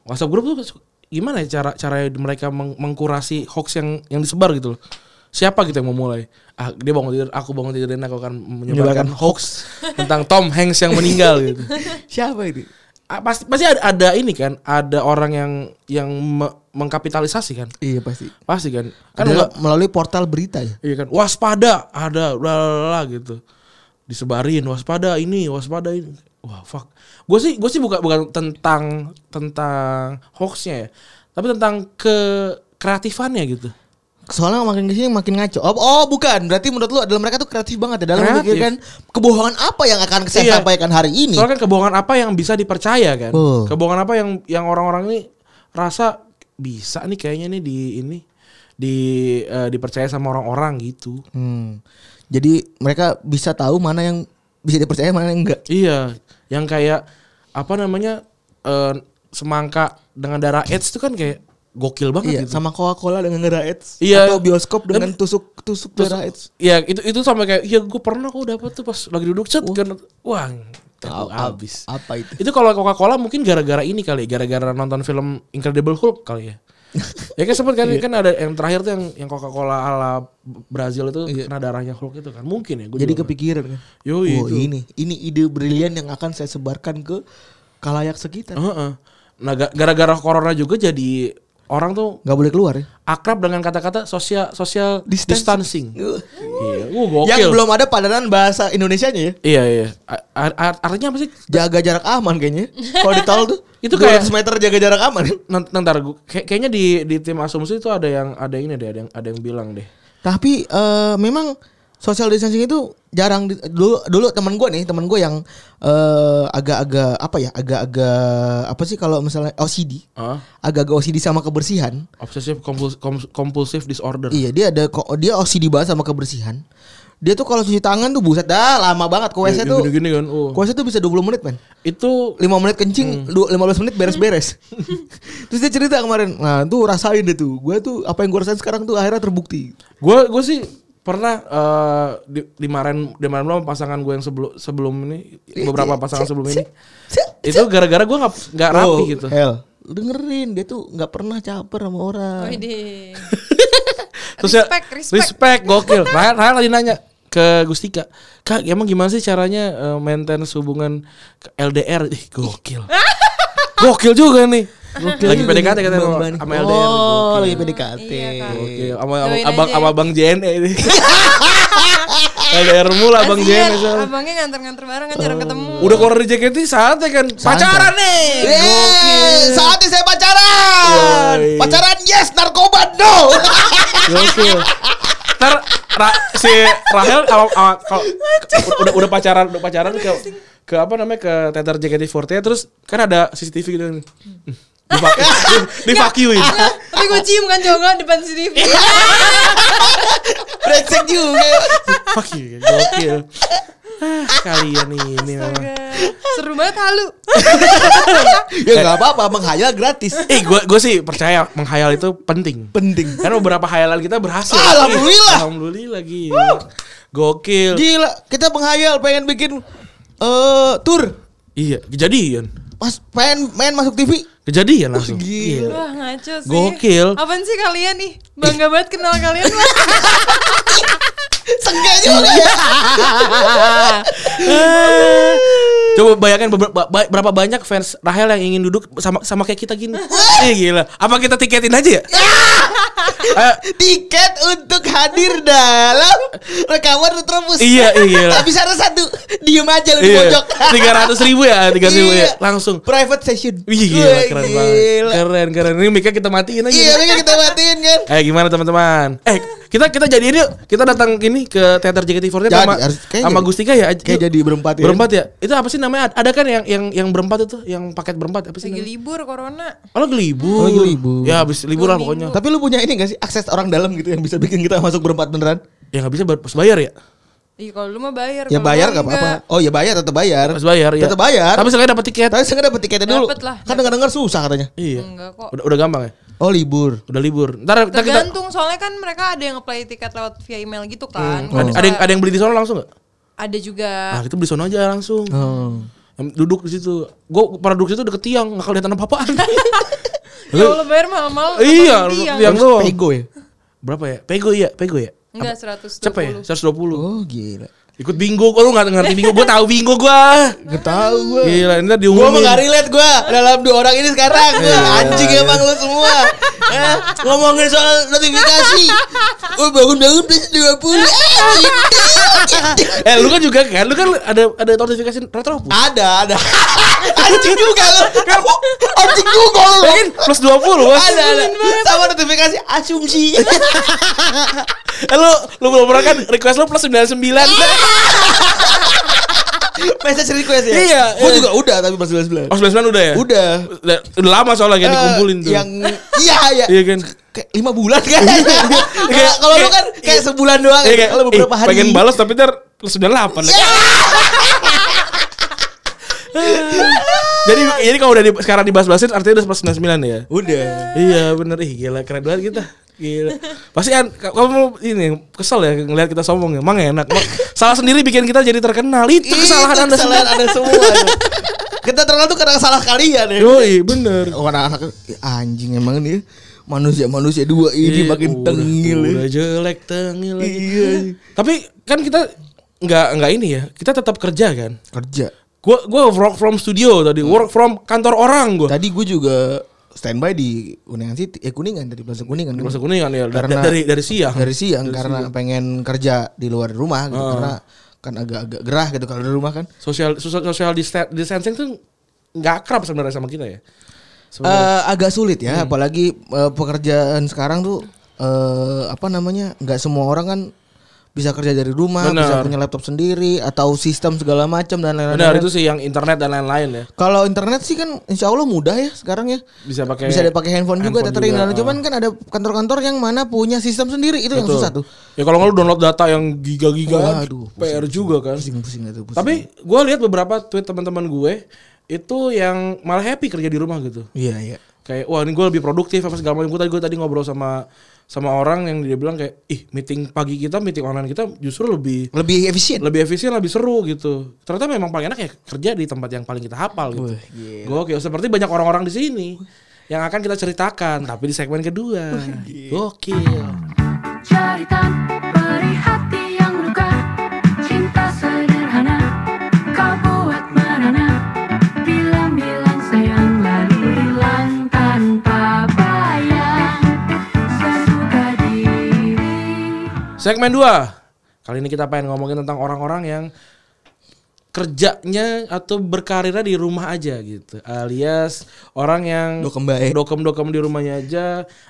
S2: WhatsApp grup tuh su- gimana ya cara cara mereka meng- mengkurasi hoax yang yang disebar gitu loh. Siapa gitu yang memulai? Ah, dia bangun tidur, aku bangun tidur dan aku akan menyebarkan
S3: Menyebarkan
S2: hoax tentang Tom Hanks yang meninggal gitu.
S3: Siapa itu?
S2: Ah, pasti pasti ada, ada ini kan, ada orang yang yang me- mengkapitalisasi kan.
S3: Iya pasti.
S2: Pasti kan. Kan enggak
S3: Adalah melalui portal berita ya.
S2: iya kan waspada ada lah gitu. Disebarin waspada ini, waspada ini. Wah, fuck. Gue sih gue sih bukan bukan tentang tentang hoaxnya ya. Tapi tentang ke kreatifannya gitu.
S3: Soalnya makin kesini makin ngaco. Oh, oh, bukan, berarti menurut lu adalah mereka tuh kreatif banget ya dalam
S2: Kreatif.
S3: memikirkan kebohongan apa yang akan saya
S2: Iya.
S3: sampaikan hari ini.
S2: Soalnya kan kebohongan apa yang bisa dipercaya kan?
S3: Betul.
S2: Kebohongan apa yang yang orang-orang ini rasa bisa nih kayaknya nih di ini di eh, dipercaya sama orang-orang gitu.
S3: Hmm. Jadi mereka bisa tahu mana yang bisa dipercaya mana yang enggak.
S2: Iya, yang kayak apa namanya eh, semangka dengan darah AIDS itu kan kayak gokil banget
S3: Iya,
S2: gitu.
S3: sama Coca-Cola dengan ngeraets
S2: Iya.
S3: atau bioskop
S2: Dan-
S3: dengan tusuk tusuk
S2: Terus,
S3: ngeraets.
S2: ya itu itu sampai kayak ya gue pernah kok dapat tuh pas lagi duduk cet kan wah aku habis.
S3: Apa itu?
S2: Itu kalau Coca-Cola mungkin gara-gara ini kali, gara-gara nonton film Incredible Hulk kali ya. ya kan sempat
S3: Iya.
S2: kan, kan ada yang terakhir tuh yang yang Coca-Cola ala Brazil itu kena darahnya Hulk itu kan. Mungkin ya gua
S3: Iya. Jadi
S2: juga nggak-
S3: kepikiran kan.
S2: Yo,
S3: oh,
S2: itu.
S3: ini ini ide brilian yang akan saya sebarkan ke kalayak sekitar.
S2: Heeh. Nah, ga- gara-gara corona juga jadi orang tuh
S3: nggak boleh keluar ya.
S2: akrab dengan kata-kata sosial sosial
S3: Distancing.
S2: distancing. Iya, uh, gokil.
S3: Yang belum ada padanan bahasa Indonesianya ya.
S2: Iya, iya. A- a- a- artinya apa sih?
S3: Jaga jarak aman kayaknya. Kalau di tol tuh
S2: Itu kayak-
S3: 200 meter jaga jarak aman.
S2: Nant- Nanti gua- kayak- kayaknya di di tim asumsi itu ada yang ada ini deh, ada yang ada yang bilang deh.
S3: Tapi eh, memang social distancing itu jarang di- dulu dulu teman gue nih teman gue yang eh, agak-agak apa ya agak-agak apa sih kalau misalnya OCD
S2: Hah?
S3: agak-agak OCD sama kebersihan
S2: Obsessive compulsive, compulsive disorder.
S3: iya dia ada ko- dia OCD banget sama kebersihan dia tuh kalau cuci tangan tuh buset dah lama banget ke WC
S2: Yang
S3: tuh
S2: gini-gini kan. oh.
S3: ke WC tuh bisa 20 menit men
S2: Itu
S3: 5 menit
S2: Hmm.
S3: kencing, du- 15 menit beres-beres. Terus dia cerita kemarin, nah tuh rasain deh tuh. Gue tuh apa yang gue rasain sekarang tuh akhirnya terbukti.
S2: gue gue sih pernah eh, di, dimarahin dimarahin lo sama pasangan gue yang sebelum sebelum ini
S3: Iya,
S2: beberapa pasangan sebelum ini itu gara-gara gue nggak nggak rapi
S3: Oh,
S2: gitu
S3: Hel, dengerin dia tuh nggak pernah caper sama orang.
S4: Oh, iya. Widih.
S2: terus ya-
S4: Respect, respect.
S2: respect gokil Rahel Rahel tadi nanya ke Gustika kak emang gimana sih caranya eh, maintain hubungan ke LDR Ih, gokil gokil juga nih lagi PDKT katanya sama
S3: Beban.
S2: sama LDR
S3: Oh,
S2: Gokil.
S3: lagi PDKT.
S4: Iya, Kak.
S2: Oke, sama sama
S4: Doain
S2: abang
S4: aja.
S2: sama Bang JNE ini. LDR mula Bang
S4: Kasihan,
S2: JNE. E soalnya.
S4: Abangnya nganter-nganter bareng kan jarang ketemu.
S2: Udah keluar dari JKT saatnya kan pacaran nih.
S3: Yeay, saatnya saya pacaran.
S2: Yoi.
S3: Pacaran yes, narkoba no.
S2: Gokil. Ya Ntar Ra- si Rahel sama- sama- kalau- udah udah pacaran udah pacaran ke ke apa namanya ke teater JKT48 terus kan ada CCTV gitu kan. Dipak- di- divacuin.
S4: Tapi gue cium kan jongon depan sini.
S2: Iya.
S3: Brengsek juga.
S2: Fuck you, gokil. Ah, kalian ini memang.
S4: Seru banget halu.
S3: ya nggak apa-apa, menghayal gratis.
S2: Eh, gue gue sih percaya menghayal itu penting.
S3: Penting.
S2: Karena beberapa hayalan kita berhasil.
S3: Alhamdulillah.
S2: Ih, Alhamdulillah gila. Gokil.
S3: Gila, kita penghayal pengen bikin eh tour.
S2: iya, kejadian.
S3: Mas pengen main masuk TV.
S2: Kejadian langsung.
S3: gila.
S4: Wah ngaco sih.
S2: Gokil.
S4: Apaan sih kalian nih? Bangga banget kenal kalian lah.
S3: Sengga juga.
S2: Ah. Coba bayangkan beber- ba- ba- berapa banyak fans Rahel yang ingin duduk sama sama kayak kita gini. Ih gila. Apa kita tiketin aja ya? Eh, Ayo.
S3: Tiket untuk hadir dalam rekaman Retrobus.
S2: Iya, iya, gila.
S3: Tapi syarat satu, diem aja lu di
S2: Iya.
S3: pojok.
S2: 300 ribu ya, 300 ribu ya.
S3: Iya.
S2: Langsung.
S3: Private session.
S2: Wih gila,
S3: Wah,
S2: keren
S3: gila.
S2: banget. Keren, keren. Ini mic kita matiin aja.
S3: Iya, ini kita matiin kan.
S2: Eh gimana teman-teman? Eh kita kita jadi ini yuk. kita datang ini ke teater JKT48
S3: Jadi,
S2: sama
S3: harus- kayaknya
S2: sama
S3: jadi.
S2: Gustika ya.
S3: Kayak
S2: Yuk.
S3: jadi berempat ya.
S2: Berempat ya? Itu apa sih namanya? Ada kan yang yang yang berempat itu, yang paket berempat apa sih?
S4: Lagi
S2: namanya?
S4: libur corona.
S2: Oh, lagi libur.
S3: Oh, lagi libur.
S2: Ya habis libur lah
S4: Dua
S2: pokoknya.
S3: Tapi lu punya ini gak sih akses orang dalam gitu yang bisa bikin kita masuk berempat beneran?
S2: Ya nggak bisa bar- harus bayar ya?
S4: Iya kalau lu mah bayar.
S3: Ya
S4: kalau
S3: bayar
S4: gua
S3: gak
S4: enggak.
S3: apa-apa. Oh ya bayar tetap bayar.
S2: Harus bayar ya.
S3: Tetap bayar.
S2: Tapi sekali dapat tiket.
S3: Tapi saya dapet tiketnya dulu.
S4: iya. Dapet lah.
S3: Kan dengar-dengar susah katanya.
S2: Iya.
S4: Enggak kok.
S2: Udah, udah gampang ya?
S3: Oh libur.
S2: Udah libur. Ntar, ntar kita
S4: Tergantung soalnya kan mereka ada yang ngeplay tiket lewat via email gitu kan. Kalau
S2: Hmm, oh. ada, ada yang ada yang beli di sono langsung nggak?
S4: ada juga.
S2: Ah, kita beli sono aja langsung.
S3: Oh.
S2: Em, Duduk di situ. Gua pernah duduk di situ deket tiang, nggak kelihatan apa-apaan.
S4: Kalau lu Ya bayar mahal-mahal.
S2: iya,
S4: nonton dia.
S2: tiang doang.
S3: Pego ya.
S2: Berapa ya? Pego iya, Pego ya?
S4: Enggak
S2: Cepet ya?
S4: 120.
S2: 120.
S3: Oh gila.
S2: Ikut bingo, oh, lu nggak ngerti bingo, gue tahu bingo gua.
S3: Gak tau gue.
S2: Gila, ntar
S3: Gue mah
S2: diumumin.
S3: gak relate gue dalam dua orang ini sekarang gue
S2: Iya.
S3: anjing emang lu semua Eh, ngomongin soal notifikasi. Oh bangun-bangun plus 20 anjing.
S2: Eh, lu kan juga kan, lu kan ada ada notifikasi retro.
S3: Ada ada. Anjing juga lu. Anjing juga lu.
S2: Mungkin plus 20 Mas.
S3: Ada ada. Sama notifikasi asumsi.
S2: Eh, lu lu belum pernah kan request lu plus 99.
S3: Iya. Message request ya.
S2: Iya,
S3: Gue
S2: iya.
S3: juga udah tapi plus 19.
S2: Oh, 99 udah ya?
S3: Udah.
S2: Udah, udah lama soalnya kan
S3: Eh,
S2: dikumpulin tuh.
S3: Yang iya iya.
S2: Iya kan?
S3: Kayak lima bulan kan. Kalau- Kalau lu kan kayak sebulan doang. kan?
S2: Iya kayak
S3: Kalau beberapa
S2: eh,
S3: hari.
S2: Pengen balas tapi ntar plus 98 lagi.
S3: Iya.
S2: jadi ini kalau udah di- sekarang dibahas-bahasin artinya udah 99 ya.
S3: Udah.
S2: Iya bener ih gila keren banget kita. Gila. Pasti an, ka- kamu ini kesel ya ngelihat kita sombong ya. Emang enak. Emang salah sendiri bikin kita jadi terkenal. Itu kesalahan
S3: Itu
S2: Anda
S3: kesalahan
S2: sendiri.
S3: Anda semua. kan? Kita terkenal tuh karena salah kalian ya.
S2: Yoi, bener.
S3: Orang anak anjing emang nih ya. manusia-manusia dua ini
S2: Ih,
S3: makin
S2: Eh, Iya, udah-
S3: tengil. ya.
S2: Udah jelek tengil lagi.
S3: Iya.
S2: Tapi kan kita nggak nggak ini ya. Kita tetap kerja kan.
S3: Kerja.
S2: Gua gua work from studio tadi, work from kantor orang gua.
S3: Tadi gue juga standby di Kuningan City. Eh Kuningan dari Plaza Kuningan. kan?
S2: Masa kuningan ya dari
S3: Karena-
S2: dari, dari siang. Ah.
S3: Dari siang karena pengen kerja di luar rumah gitu karena kan agak-agak gerah gitu kalau di rumah kan.
S2: Social social, social dista- distancing tuh nggak akrab sebenarnya sama kita ya. Sebenarnya. Hmm.
S3: Eh, agak sulit ya, apalagi eh, pekerjaan sekarang tuh eh apa namanya? nggak semua orang kan bisa kerja dari rumah, bisa
S2: Benar.
S3: punya laptop sendiri atau sistem segala macam dan
S2: Benar
S3: lain-lain.
S2: itu sih yang internet dan lain-lain ya.
S3: Kalau internet sih kan insya Allah mudah ya sekarang ya.
S2: Bisa pakai
S3: bisa dipakai handphone, juga
S2: handphone
S3: tethering
S2: juga,
S3: dan
S2: ah.
S3: cuman kan ada kantor-kantor yang mana punya sistem sendiri itu yang
S2: Betul.
S3: susah tuh.
S2: Ya kalau nggak lu download data yang giga-giga kan,
S3: Waduh, pusing,
S2: PR juga kan.
S3: Pusing-pusing itu. pusing.
S2: Tapi gue lihat beberapa tweet teman-teman gue itu yang malah happy kerja di rumah gitu.
S3: iya iya.
S2: Kayak wah ini gue lebih produktif apa segala macam. Gue tadi gue tadi ngobrol sama sama orang yang dia bilang kayak ih meeting pagi kita, meeting online kita justru lebih
S3: Lebih efisien.
S2: lebih efisien, lebih seru gitu. Ternyata memang paling enak ya kerja di tempat yang paling kita hafal gitu.
S3: Wah,
S2: Gokil. Seperti banyak orang-orang di sini yang akan kita ceritakan, tapi di segmen kedua. Gokil.
S5: Cerita beri hati yang luka Cinta sederhana Kau buat merana Bilang-bilang sayang Lalu hilang tanpa bayang Sesuka diri
S2: Segmen 2 Kali ini kita pengen ngomongin tentang orang-orang yang kerjanya atau berkarirnya di rumah aja gitu Alias orang yang
S3: Dokem bae.
S2: dokem-dokem di rumahnya aja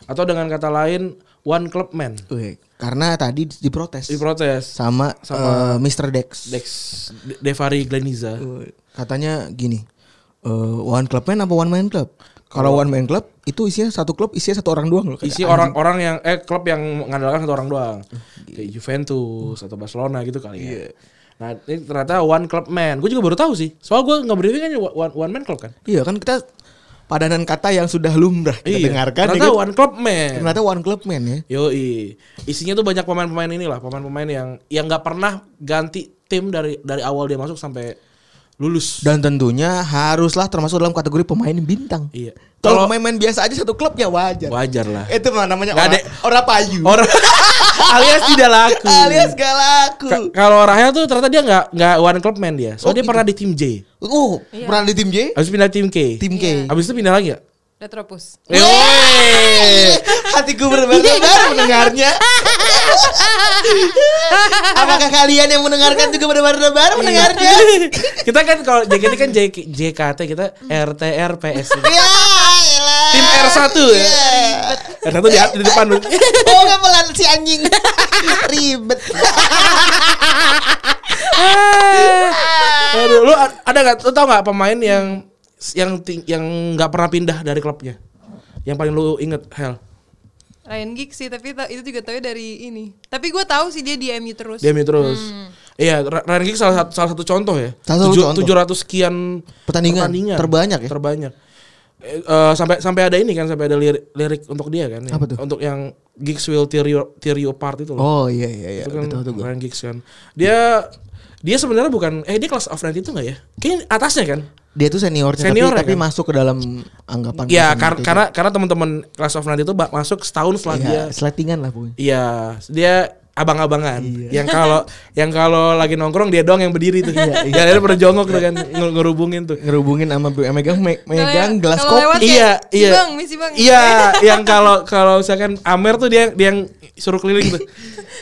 S2: Atau dengan kata lain one club man
S3: Weh, Karena tadi diprotes.
S2: Diprotes
S3: sama,
S2: Sama-
S3: eh, Mr. Dex.
S2: Dex De- Devari Gleniza
S3: Eh, Katanya gini, eh, one club man apa one man club? Kalau one man club itu isinya satu klub isinya satu orang doang loh.
S2: Isi orang-orang yang eh klub yang mengandalkan satu orang doang Kayak Juventus atau Barcelona gitu kali ya Nah ini ternyata one club man Gue juga baru tahu sih Soal gue nggak briefing kan one, one man club kan
S3: Iya kan kita padanan kata yang sudah lumrah kita dengarkan ya
S2: Iya. Ternyata
S3: kan?
S2: one club man
S3: Ternyata one club man ya.
S2: Yoi. Isinya tuh banyak pemain-pemain inilah, pemain-pemain yang yang nggak pernah ganti tim dari dari awal dia masuk sampai lulus.
S3: Dan tentunya haruslah termasuk dalam kategori pemain bintang.
S2: iya. Kalau
S3: Kalau pemain-pemain biasa aja satu klub ya wajar.
S2: wajar lah.
S3: Itu mah namanya
S2: Nggak
S3: orang,
S2: ada-
S3: orang payu.
S2: Orang alias tidak laku.
S3: alias gak laku.
S2: Ka- Kalau Rahel tuh ternyata dia nggak nggak one club man dia.
S3: Oh,
S2: Soalnya dia
S3: gitu.
S2: pernah di tim J.
S3: Uh, pernah di tim J?
S2: Habis pindah tim K.
S3: Tim K.
S2: Habis itu pindah lagi ya?
S4: Retropus.
S2: Yoi.
S3: Hatiku berdebar-debar mendengarnya. Apakah kalian yang mendengarkan juga
S2: Iya.
S3: berdebar-debar mendengarnya?
S2: kita kan kalau JKT kan JK, JKT kita RTR PS.
S3: Ya, elah.
S2: Tim R1 ya.
S3: Ya.
S2: R1 di, di depan lu.
S3: Oh, nggak pelan si anjing. Ribet.
S2: Aduh, lu a- ada nggak? Lu tau nggak pemain yang yang ting- yang nggak pernah pindah dari klubnya? Yang paling lu inget Hel?
S4: Ryan Giggs sih, tapi ta- itu juga tahu dari ini. Tapi gue tahu sih dia di MU terus.
S2: Dia main terus. Iya, Ra- Ryan Giggs salah satu salah satu contoh ya.
S3: Salah satu contoh.
S2: Tujuh ratus sekian
S3: Pertandingan. Terbanyak ya?
S2: Terbanyak. Eh, eh, sampai sampai ada ini kan sampai ada lirik, lirik untuk dia kan.
S3: Apa tuh?
S2: Untuk yang Giggs will tear you, tear you apart itu loh.
S3: Oh iya iya iya.
S2: itu kan
S3: Betul betul.
S2: Ryan Giggs kan. Dia dia sebenarnya bukan eh dia kelas of 90 itu enggak ya? Kayaknya atasnya kan.
S3: Dia tuh seniornya
S2: Senior ya
S3: tapi, tapi
S2: kan?
S3: masuk ke dalam anggapan.
S2: Ya
S3: masing-masing
S2: kar-
S3: itu.
S2: karena karena teman-teman Class of 90 itu ba- masuk setahun setelah
S3: gitu. Iya,
S2: dia.
S3: seletingan lah pokoknya.
S2: Iya, dia abang-abangan.
S3: Iya.
S2: Yang kalau yang kalau lagi nongkrong dia doang yang berdiri tuh. Iya, iya. Dia pernah jongkok tuh kan nge- ngerubungin tuh.
S3: Ngerubungin sama megang me-
S4: Kalau
S3: megang
S4: yang-
S3: gelas
S4: kalau lewat
S3: kopi.
S4: kayak,
S2: Iya,
S4: "Si
S2: iya.
S4: Bang, misi Bang."
S2: Iya, yang kalau kalau misalkan Amer tuh dia dia yang suruh keliling tuh.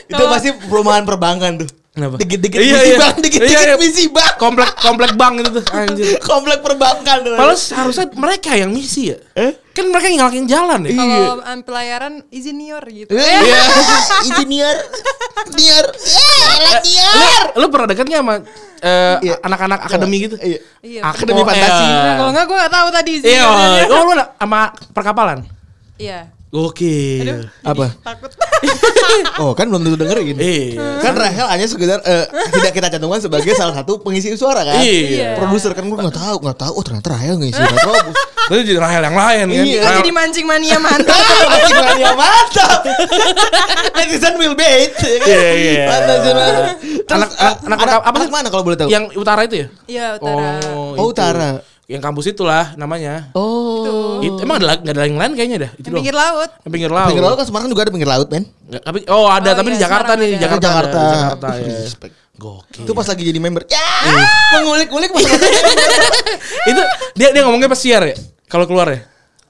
S3: Itu pasti perumahan perbankan tuh.
S2: Kenapa?
S3: Dikit-dikit
S2: Iya,
S3: misi
S2: iya.
S3: bang, dikit-dikit
S2: Iya, iya.
S3: misi bang.
S2: Komplek komplek bank itu tuh anjir.
S3: Komplek perbankan tuh.
S2: Padahal seharusnya mereka yang misi ya.
S3: Eh?
S2: Kan mereka yang ngalangin jalan ya.
S4: Kalau um, pelayaran izin nior gitu.
S3: Iya. Engineer. Nier. Ya,
S2: Eh, Lu,
S3: lah nier.
S2: lu pernah deket gak sama eh,
S3: Iya.
S2: anak-anak akademi gitu?
S3: Iya.
S4: Iya.
S3: Akademi fantasi.
S4: Nah, kalau enggak gue gak tahu tadi
S2: Iya,
S4: izin niornya.
S2: oh, lu na- sama perkapalan.
S4: Iya.
S2: Gokil.
S4: Aduh,
S3: Apa?
S4: takut.
S3: oh kan belum tentu dengerin.
S2: Iya.
S3: Kan Rahel hanya sekedar eh, tidak kita cantumkan sebagai salah satu pengisi suara kan.
S2: Iya. Eh.
S3: Produser kan gue nggak tahu nggak tahu. Oh ternyata Rahel ngisi Retrobus.
S2: Terus jadi Rahel yang lain kan.
S3: Iya.
S4: Kita
S2: Rahel-
S4: jadi mancing mania mantap.
S2: Ah,
S3: Masih mania mantap. Netizen will bait.
S2: Iya, iya.
S3: Mantap sih, Mas. Terus,
S2: Anak-
S3: eh,
S2: anak- anak- apa sih?
S3: mana kalau boleh tahu?
S2: yang utara itu ya?
S4: Iya, utara.
S3: Oh,
S2: itu.
S3: utara.
S2: Yang kampus itulah namanya.
S3: Oh.
S2: Itu, emang ada enggak ada yang lain kayaknya dah. Itu
S4: Yang
S2: doang.
S4: pinggir laut.
S2: Yang pinggir laut.
S3: Pinggir laut kan Semarang juga ada pinggir laut, men.
S2: Nggak, tapi oh ada
S4: Oh,
S2: tapi
S4: iya,
S2: di Jakarta
S4: Semarang
S2: nih, di
S4: ada.
S2: Jakarta. ada,
S3: Jakarta. iya.
S2: di Jakarta ya.
S3: Respect.
S2: Gokil.
S3: Itu pas lagi jadi member. Ya, mengulik-ulik masuk-masuk.
S2: itu dia dia ngomongnya pas siar ya. Kalau keluar ya.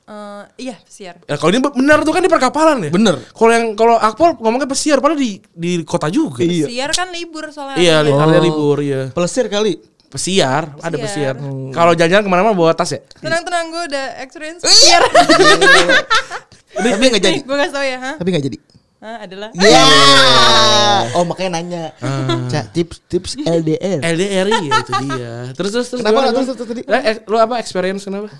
S4: Eh, iya, siar.
S2: Ya, kalau ini benar tuh kan di perkapalan ya.
S3: Bener.
S2: Kalau yang kalau Akpol ngomongnya pesiar padahal di di kota juga.
S3: Iya.
S4: Siar kan libur soalnya.
S2: Iya, li-
S3: Oh.
S2: ada libur ya.
S3: Pelesir kali.
S2: Pesiar, ada pesiar.
S4: Pesiar.
S2: Kalau jalan-jalan kemana-mana bawa tas ya.
S4: Tenang-tenang gue udah experience.
S2: Eh,
S3: Iya.
S4: Siar.
S3: Tapi nggak jadi.
S4: gue kasih tau ya, ha?
S3: Tapi nggak jadi.
S4: Hah, adalah.
S3: Ya. Oh makanya nanya. Cak tips tips LDR.
S2: LDR ya itu dia. Terus terus terus. gimana,
S3: Kenapa? Terus,
S2: gimana?
S3: terus, terus,
S2: Eh, eh, Lu apa experience kenapa?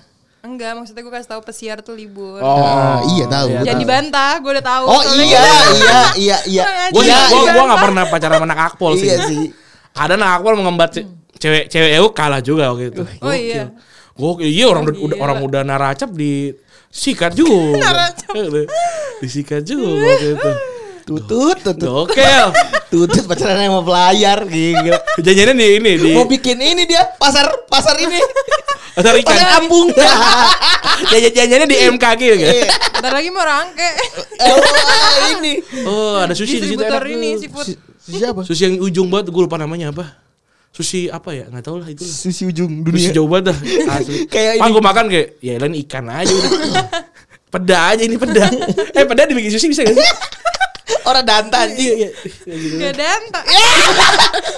S4: Enggak, maksudnya gue kasih tahu pesiar tuh libur.
S2: Oh,
S3: Ah, iya tahu. gua
S4: Jangan
S3: tahu.
S4: dibantah, gue udah tahu.
S3: Oh
S4: Soalnya
S3: iya
S4: kita-
S3: iya iya iya.
S4: Kurang
S2: Gue
S4: Iya,
S2: gua, gua,
S4: iya.
S2: gua gak pernah pacaran sama anak Akpol sih.
S3: Iya sih.
S2: Ada anak Akpol mengembat ce- cewek cewek EU kalah juga waktu itu.
S4: Oh iya.
S2: Gokil. Iya orang udah- udah
S4: gila.
S2: orang udah naracap di sikat juga.
S4: Naracap.
S2: Disikat juga waktu itu.
S3: Tutut tutut
S2: Gokil.
S3: tutut pacaran sama pelayar gitu. gila.
S2: Janjiannya di ini di
S3: Mau bikin ini dia pasar pasar ini.
S2: pasar ikan.
S3: Pasar kampung.
S2: Janjian- Janjiannya di MKG gitu.
S3: Iya.
S4: Bentar lagi mau rangke.
S2: Eh,
S3: Wah, ini.
S2: Oh, ada sushi ah, di situ
S4: Distributor
S2: enak.
S4: ini
S2: tuh.
S4: seafood.
S3: Siapa?
S2: Sushi yang ujung banget gue lupa namanya apa. Sushi apa ya? Enggak tahu lah itu. lah.
S3: Sisi ujung
S2: Sushi
S3: dunia.
S2: jauh banget dah. Asli.
S3: Kayak
S2: Pak
S3: ini.
S2: gue makan kayak ya lain ikan aja udah. peda aja ini peda. eh peda dibikin sushi bisa gak sih?
S3: Orang dantan.
S2: Iya iya.
S4: Gak danta.
S2: Eh!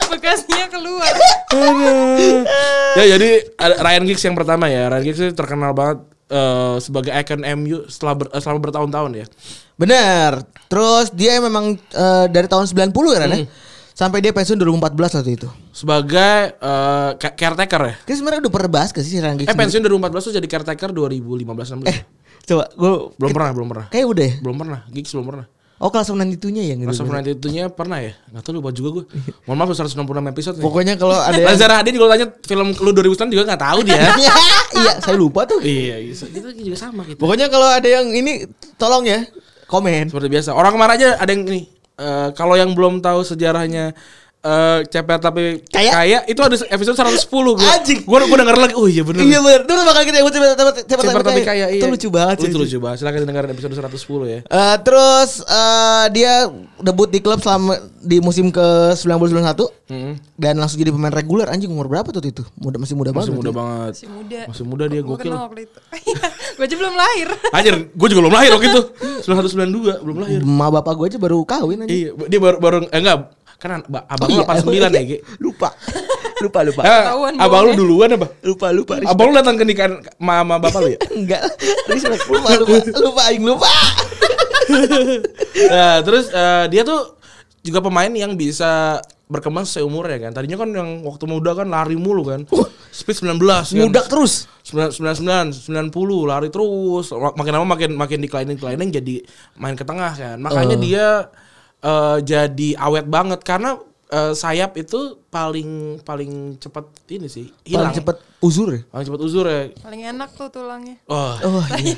S4: Bekasnya keluar.
S2: Aduh. ya jadi ada Ryan Giggs yang pertama ya. Ryan Giggs itu terkenal banget eh, sebagai icon MU setelah ber- eh, selama bertahun-tahun ya.
S3: Bener. Terus dia memang eh, dari tahun 90 ya Ran,
S2: Hmm.
S3: ya? Sampai dia pensiun 2014 waktu itu.
S2: Sebagai eh, ca- caretaker ya.
S3: Kita sebenarnya udah pernah bahas ke sih gitu. si Ranggi?
S2: Eh pensiun 2014 tuh jadi caretaker 2015
S3: Eh.
S2: 16.
S3: coba gue
S2: belum pernah, belum pernah.
S3: kayak udah ya.
S2: Belum pernah, Giggs belum pernah.
S3: Oh kelas 9 itunya ya gitu.
S2: Rasa nanti itunya pernah ya? Gak tau lupa juga gue. Mohon maaf 166 episode. nih.
S3: Iya. Pokoknya kalau ada yang-
S2: Reza Rahadian juga tanya film lu 2009 juga gak tahu dia.
S3: iya, saya lupa tuh.
S2: iya, iya. itu juga sama gitu.
S3: Pokoknya kalau ada yang ini tolong ya komen.
S2: Seperti biasa. Orang kemarin aja ada yang ini. eh, kalau yang belum tahu sejarahnya eh CPR tapi
S3: Kaya?
S2: itu ada episode 110 gue.
S3: Anjing.
S2: Gue gue denger lagi. Oh iya bener.
S3: Iya benar. Terus bakal kita ikut cepat cepat cepat
S2: CPR tapi kaya. Iya.
S3: Itu lucu banget sih.
S2: Itu lucu banget. Silakan dengerin episode 110 ya.
S3: Eh, terus eh, dia debut di klub selama di musim ke 90-91
S2: Mm-mm.
S3: dan langsung jadi pemain reguler anjing umur berapa tuh itu? Muda masih muda
S2: Masih
S3: banget.
S2: muda
S3: berarti.
S2: banget.
S4: Masih muda.
S2: Masih muda dia
S4: Gua
S2: gokil.
S4: kenal waktu itu. gue aja belum lahir.
S2: Anjir, gue juga belum lahir waktu itu. 9192 belum lahir.
S3: Ma bapak gue aja baru kawin anjing. Iya.
S2: Iya, dia baru baru eh, enggak kan ab-
S3: Oh,
S2: abang lu 89 ya, Ge.
S3: Lupa. Lupa lupa.
S2: Eh,
S4: Ketahuan
S2: abang lu
S4: bohongnya.
S2: duluan apa?
S3: lupa lupa.
S2: Abang lu datang ke nikahan mama bapak lu ya?
S3: Enggak. Respect. Lupa lupa lupa aing lupa.
S2: Nah, terus eh, dia tuh juga pemain yang bisa berkembang seumurnya kan. Tadinya kan yang waktu muda kan lari mulu kan. Speed 19 kan.
S3: Mudak terus.
S2: 99 90 lari terus makin lama makin makin declining declining jadi main ke tengah kan makanya dia eh, jadi awet banget karena eh, sayap itu paling paling cepat ini sih hilang
S3: Paling cepet uzur ya.
S2: paling cepat uzur ya
S4: Paling enak tuh tulangnya.
S2: oh
S3: Oh, iya.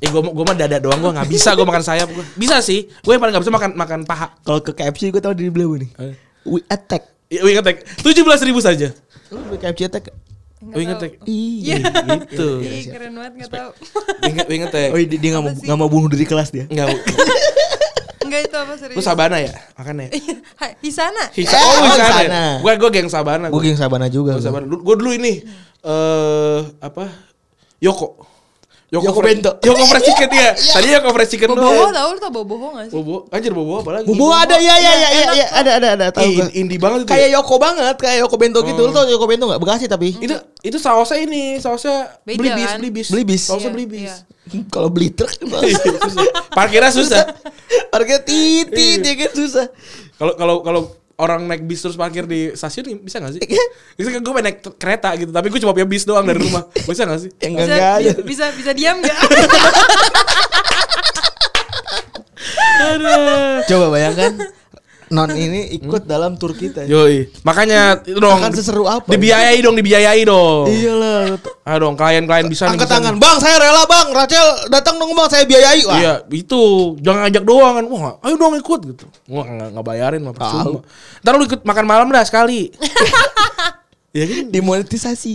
S2: eh gue gue mah dada doang gue nggak bisa gue makan sayap gue bisa sih gue yang paling nggak bisa makan makan paha
S3: kalau ke KFC gue tau dari beliau nih.
S2: Eh.
S3: We attack.
S2: Wing attack tujuh belas ribu saja.
S3: Lu ke KFC attack?
S4: Nggak
S2: Wing
S4: tahu.
S2: attack,
S3: Iya.
S4: Iya.
S2: gitu.
S4: Ih, keren banget nggak tahu.
S2: Wing, wing attack.
S3: Oh, dia, dia gak mau
S4: Apa sih?
S3: gak mau bunuh diri kelas dia.
S2: Enggak,
S4: Enggak itu apa serius? Iya,
S2: lu sabana ya, makannya.
S4: Hai, Hisana.
S2: Hisa,
S3: Eh,
S2: oh,
S3: oh,
S2: Hisana.
S3: Hisana.
S2: Gue gue geng sabana.
S3: Gue geng Sabana juga.
S2: Gak
S3: gua.
S2: sabar. Gue dulu ini eh apa? Yoko.
S3: Yoko
S2: Fre-
S3: Bento. Iya.
S2: Yoko Fresh Chicken ya. Tadi Yoko Fresh Chicken doang.
S4: Boboho tau lu tau boboho nggak sih?
S2: Bobo. Anjir Bobo apa lagi?
S3: Bobo ada ya ya ya ya, ya. ada ada ada tahu
S2: Ih,
S3: gua.
S2: indie banget itu. ya.
S3: Kayak Yoko banget, kayak Yoko Bento gitu. Lu tau Yoko Bento gak? Bekasi tapi.
S2: itu itu sausnya ini, sausnya
S4: Beda
S2: belibis,
S4: kan?
S2: belibis.
S3: Belibis.
S2: Sausnya
S4: Iya,
S2: belibis.
S4: iya.
S3: Kalau beli truk Iya,
S2: Susah. Parkirnya susah.
S3: Harga titit ya kan susah.
S2: Kalau kalau kalau orang naik bis terus parkir di stasiun bisa gak sih?
S3: Iya.
S2: Bisa gue pengen naik kereta gitu, tapi gue cuma punya bis doang dari rumah. Bisa gak
S3: Ya
S2: sih?
S3: Yang enggak
S4: Bisa,
S3: enggak aja.
S4: bisa bisa diam nggak?
S3: Coba bayangkan non ini ikut dalam tur kita.
S2: Yoi. Makanya itu dong.
S3: Akan seseru apa?
S2: Dibiayai dong, dibiayai dong.
S3: Iyalah.
S2: Ah dong, klien-klien bisa
S3: Angkat
S2: bisa
S3: tangan, Bang, saya rela, Bang. Rachel datang dong, Bang, saya biayai. Wah.
S2: Iya, itu. Jangan ajak doang kan. Wah, ayo dong ikut gitu. Wah, enggak, enggak bayarin mah percuma. Ntar lu ikut makan malam dah sekali. Iya kan?
S3: Dimonetisasi.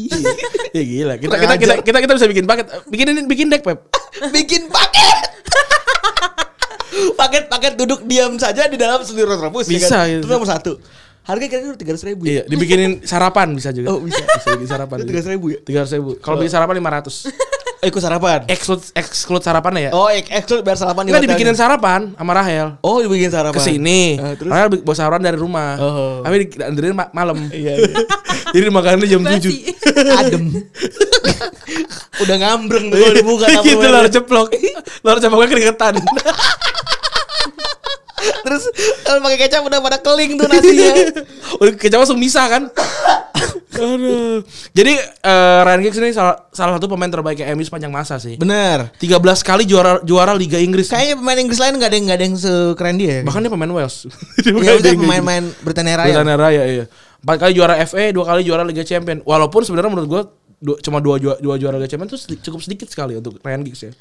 S2: Ya gila. Kita kita kita kita, kita bisa bikin paket. Bikin ini bikin deck, Pep.
S3: Bikin paket. Paket-paket duduk diam saja di dalam selir rebus.
S2: Bisa,
S3: Ya kan?
S2: iya.
S3: Itu nomor satu. Harganya kira-kira tiga ratus ribu.
S2: Iya,
S3: ya?
S2: dibikinin sarapan bisa juga.
S3: Oh, bisa.
S2: Bisa bikin sarapan.
S3: Itu 300.000 ya?
S2: Tiga ribu. Kalau bikin sarapan lima ratus.
S3: Eh, ikut sarapan.
S2: Exclude exclude sarapannya ya.
S3: Oh, ek exclude biar sarapan
S2: Enggak
S3: hotelnya.
S2: dibikinin sarapan sama Rahel.
S3: Oh, dibikin sarapan.
S2: ke sini.
S3: Eh, terus?
S2: Rahel bawa sarapan dari rumah.
S3: Oh.
S2: Tapi dianterin ma- malam.
S3: Iya, iya.
S2: Jadi makannya jam
S4: Basi.
S2: 7.
S3: Adem. Udah ngambreng tuh kalau dibuka
S2: gitu
S3: tupperware-nya.
S2: lor ceplok lor ceploknya keringetan
S3: Terus kalau pakai kecap udah pada keling tuh nasinya.
S2: udah kecap langsung bisa kan Aduh. jadi eh, Ryan Giggs ini salah, salah satu pemain terbaiknya MU sepanjang masa sih
S3: Bener.
S2: 13 kali juara juara Liga Inggris
S3: Kayaknya pemain Inggris lain gak ada yang gak ada yang sekeren dia.
S2: bahkan dia pemain Wales dia
S3: ya,
S2: bukan
S3: udah
S2: Liga Inggris.
S3: pemain-pemain Britania Raya.
S2: Britania Raya iya empat kali juara FA dua kali juara Liga Champion walaupun sebenarnya menurut gua dua- cuma dua juara, dua juara Liga Champion itu sedi- cukup sedikit sekali untuk Ryan Giggs ya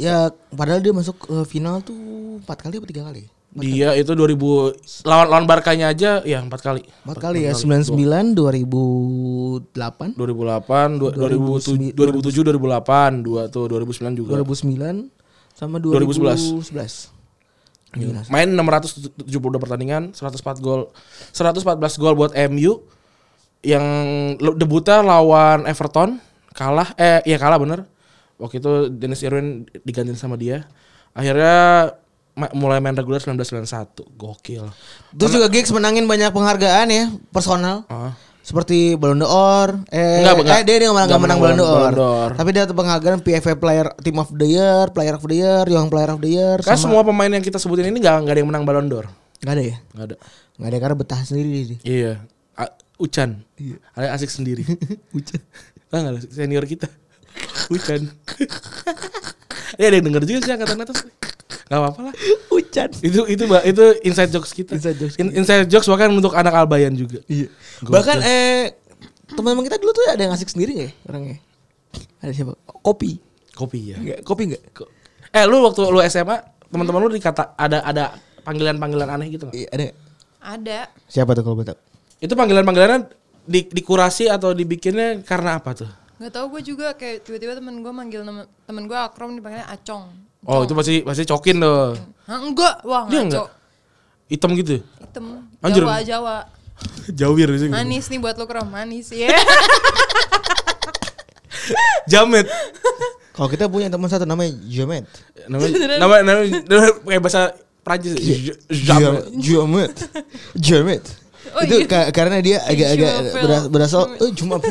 S3: Ya padahal dia masuk ke final tuh empat kali apa tiga kali?
S2: dia itu 2000 lawan lawan Barkanya aja ya empat kali
S3: Empat kali ya. Sembilan sembilan, dua ribu delapan,
S2: 2008, dua- 2007, 2007, 2008, dua tuh 2009 juga.
S3: dua ribu sembilan, sama dua ribu
S2: 2011.
S3: sebelas.
S2: Gila. Main 672 pertandingan, 104 gol. 114 gol buat MU yang lo- debutnya lawan Everton kalah eh iya kalah bener waktu itu Dennis Irwin digantiin sama dia akhirnya ma- mulai main reguler 1991 gokil
S3: Terus juga Giggs menangin banyak penghargaan ya personal.
S2: Ah.
S3: Seperti Ballon d'Or, eh,
S2: Enggak, enggak.
S3: eh dia dia malah
S2: Enggak
S3: nggak menang Ballon
S2: menang
S3: d'Or.
S2: Ballon d'Or.
S3: Tapi dia dapat penghargaan PFA Player Team of the Year, Player of the Year, Young Player of the Year.
S2: kan semua pemain yang kita sebutin ini nggak nggak ada yang menang Ballon d'Or
S3: Gak ada ya?
S2: nggak ada
S3: Gak ada karena betah sendiri dia.
S2: iya A- Ucan
S3: Iya.
S2: ada asik sendiri
S3: Ucap.
S2: Tahu nggak lu, senior kita. Hujan. ya ada yang denger juga sih angkatan atas. Gak apa-apa lah.
S3: Ucap.
S2: Itu itu ba- itu inside jokes kita.
S3: Inside jokes
S2: In- inside jokes bahkan untuk anak albayan juga.
S3: Iya. Bahkan eh teman-teman kita dulu tuh ada yang asik sendiri gak ya orangnya? Ada siapa? Kopi.
S2: Kopi ya.
S3: Enggak, kopi enggak?
S2: Eh lu waktu lu SMA teman-teman lu dikata ada ada panggilan-panggilan aneh gitu nggak?
S3: Iya, ada. nggak?
S4: Ada.
S3: Siapa tuh kalau betul?
S2: Itu panggilan-panggilannya di, dikurasi atau dibikinnya karena apa tuh?
S4: Gak tau gue juga kayak tiba-tiba temen gue manggil nama- temen gue Akrom dipanggilnya Acong.
S2: Oh, itu pasti pasti cokin tuh.
S4: Hah, enggak, wah
S2: Dia enggak?
S4: ngaco.
S2: Hitam gitu.
S4: Hitam.
S2: Anjir.
S4: Jawa Jawa.
S2: Jawir sih.
S4: Manis nih buat lo Krom, manis ya.
S2: Jamet.
S3: Kalau kita punya teman satu namanya Jomet.
S2: Namanya namanya namanya namanya kayak bahasa Prancis.
S3: Iya.
S2: J- Jamet.
S3: Jomet. Jomet.
S4: Oh,
S3: itu
S4: iya.
S3: ka- karena dia agak-agak
S4: Jumapel.
S3: beras- berasal eh Juma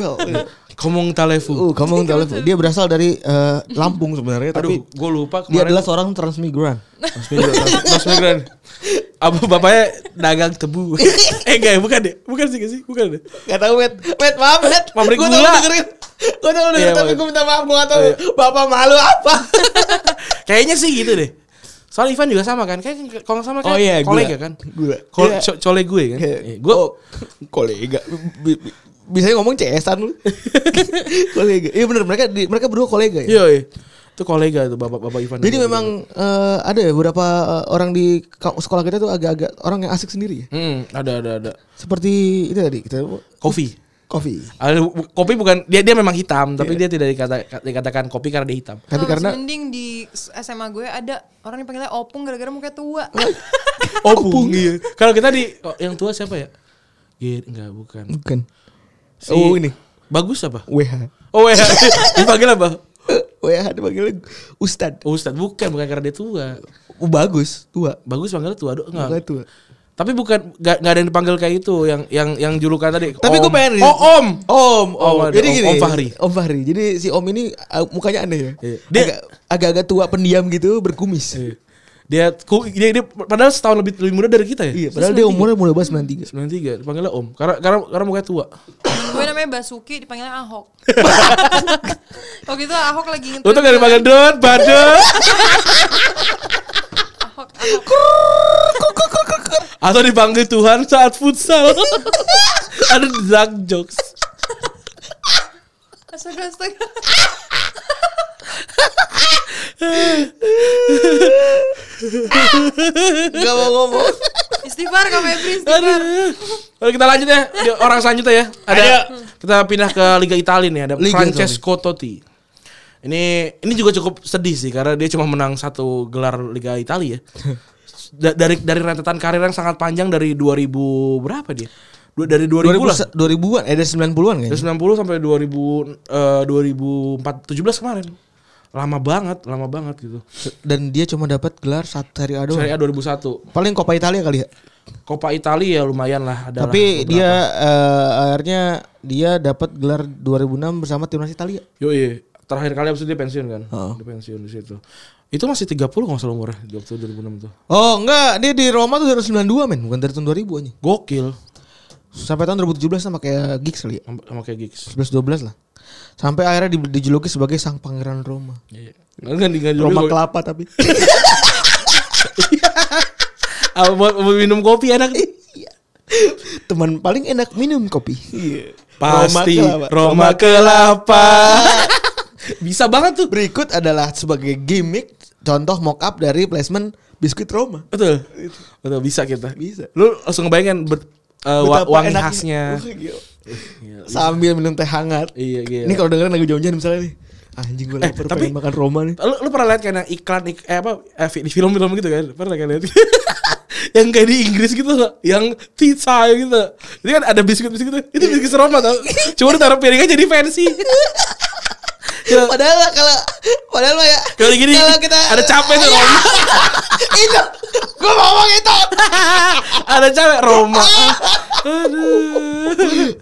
S2: Komong Talefu.
S3: Uh, kamu telepon. Dia berasal dari eh, Lampung sebenarnya, tapi
S2: Aduh, gue lupa
S3: dia
S2: kemarin.
S3: adalah seorang transmigran.
S2: Mas Migran. Mas Migran. Apa bapaknya dagang tebu? eh enggak, ya, bukan deh. Bukan sih, nggak sih, bukan deh.
S3: Gak tau Met Met maaf Met
S2: Pabrik
S3: Gua tau
S2: gula.
S3: lu dengerin Gue tau lu dengerin
S2: Iya,
S3: Tapi
S2: Met.
S3: gue minta maaf Gue gak tau
S2: Oh, iya.
S3: Bapak malu apa
S2: Kayaknya sih gitu deh. Soal Ivan juga sama kan? Kayak kalau nggak sama kan
S3: Oh, iya,
S2: kolega
S3: gula.
S2: kan?
S3: Gula.
S2: Kol
S3: Iya.
S2: co- cole gue kan? Iya, Gue
S3: Oh, Kolega Bi- bi- Biasanya ngomong CS-an lu Kolega Iya bener mereka di- Mereka berdua kolega ya
S2: iya, iya. Itu kolega tuh bapak-bapak Ivan.
S3: Jadi memang eh, Ada ya beberapa eh, orang di ka- Sekolah kita tuh agak-agak Orang yang asik sendiri ya
S2: Hmm, ada ada ada.
S3: Seperti itu tadi kita
S2: Kopi.
S3: Kofi
S2: Ada- Kopi bukan dia dia memang hitam, tapi
S3: Iya.
S2: dia tidak dikata- dikatakan kopi karena dia hitam.
S3: Tapi
S4: Kalau
S3: karena
S4: mending di SMA gue ada orang dipanggilnya Opung gara-gara mukanya tua.
S3: Oh,
S2: Opung. Iya. Kalau kita di oh, yang tua siapa ya? Git, enggak bukan.
S3: Bukan
S2: Si-
S3: Oh ini
S2: Bagus apa?
S3: WH
S2: Oh ya, dipanggil apa?
S3: WH dipanggilnya Ustad
S2: Ustad bukan, bukan karena dia tua.
S3: oh, Bagus Tua
S2: Bagus panggil tua aduh, enggak.
S3: Makanya tua
S2: Tapi bukan nggak nggak ada yang dipanggil kayak itu yang yang yang julukan tadi.
S3: Tapi
S2: Om.
S3: gue pengen
S2: Oh, Om.
S3: Om, om.
S2: Om ada,
S3: Oh, Jadi
S2: Om-
S3: gini.
S2: Om Fahri.
S3: Om Fahri. Jadi si Om ini uh, mukanya aneh ya.
S2: Iya.
S3: Dia
S2: Dia-
S3: agak, agak-agak tua pendiam gitu, berkumis.
S2: Iya. Dia, ku- dia dia padahal setahun lebih lebih muda dari kita ya.
S3: Iya, padahal dia umurnya mulai bahas 93.
S2: 93, dipanggilnya Om. Karena karena karena mukanya tua.
S4: Temen gue namanya Basuki dipanggilnya Ahok. Waktu itu Ahok lagi ngetweet kan?
S2: Untung gak dipanggil Don, Badon.
S4: Ahok, Ahok.
S2: Atau dipanggil Tuhan saat futsal. Ada drug jokes.
S4: Astaga, astaga.
S3: Gak mau ngomong.
S4: Istighfar Kak Febri, istighfar.
S2: Aduh. Lalu kita lanjut ya. Di Orang selanjutnya ya. Ada kita pindah ke Liga Italia nih ada
S3: Liga
S2: Francesco Totti. Ini ini juga cukup sedih sih karena dia cuma menang satu gelar Liga Italia ya. Da- dari dari rentetan karir yang sangat panjang dari 2000 berapa dia? Dua- dari 2000, lah.
S3: 2000 2000-an, eh dari 90-an
S2: Dari
S3: kayaknya.
S2: 90 sampai 2000 eh, 2004 17 kemarin. Lama banget, lama banget gitu.
S3: Dan dia cuma dapat gelar satu hari A doang.
S2: Serie A 2001.
S3: Paling Coppa Italia kali ya.
S2: Copa Italia ya lumayan lah ada
S3: Tapi dia eh, akhirnya dia dapat gelar 2006 bersama timnas Italia.
S2: Yo terakhir kali abis itu dia pensiun kan?
S3: Heeh.
S2: Dia pensiun di situ. Itu masih 30 kalau nggak salah umurnya di waktu 2006 tuh.
S3: Oh enggak, dia di Roma tuh dari 92 men, bukan dari tahun 2000 aja.
S2: Gokil
S3: Sampai tahun 2017 sama kayak Giggs kali ya.
S2: sama, sama kayak Giggs.
S3: 11 12 lah. Sampai akhirnya di- dijuluki sebagai sang pangeran Roma.
S2: Iya. Kan dengan
S3: Roma kelapa tapi.
S2: buat buat Iya. minum kopi enak.
S3: Teman paling enak minum kopi.
S2: Pasti
S3: kelapa.
S2: Iya. Roma kelapa. Bisa banget tuh.
S3: Berikut adalah sebagai gimmick contoh mock up dari placement biskuit Roma.
S2: Betul. Betul bisa kita.
S3: Bisa.
S2: Lu langsung ngebayangin bet, eh, wa-
S3: Betapa
S2: wangi
S3: enaknya.
S2: khasnya.
S3: Wah, gila. Iya. Sambil minum teh hangat.
S2: Iya, gila.
S3: Ini kalau dengerin lagu jauh-jauh misalnya nih. Ah, Anjing gue lapar
S2: Eh, tapi-
S3: pengen makan Roma nih.
S2: Lu, lu pernah lihat kan yang iklan ik, eh, apa eh, fi- di film-film gitu kan? Pernah kan lihat? yang kayak di Inggris gitu loh, yang tea time gitu. Itu kan ada biskuit-biskuit itu. Itu biskuit Roma tau. Cuma ditaruh piringnya jadi fancy. Ya,
S3: Padahal lah kalau padahal mah ya
S2: Kalau gini
S3: kalau kita
S2: ada capek tuh Roma.
S3: itu gue mau ngomong itu
S2: ada capek Roma. Aduh.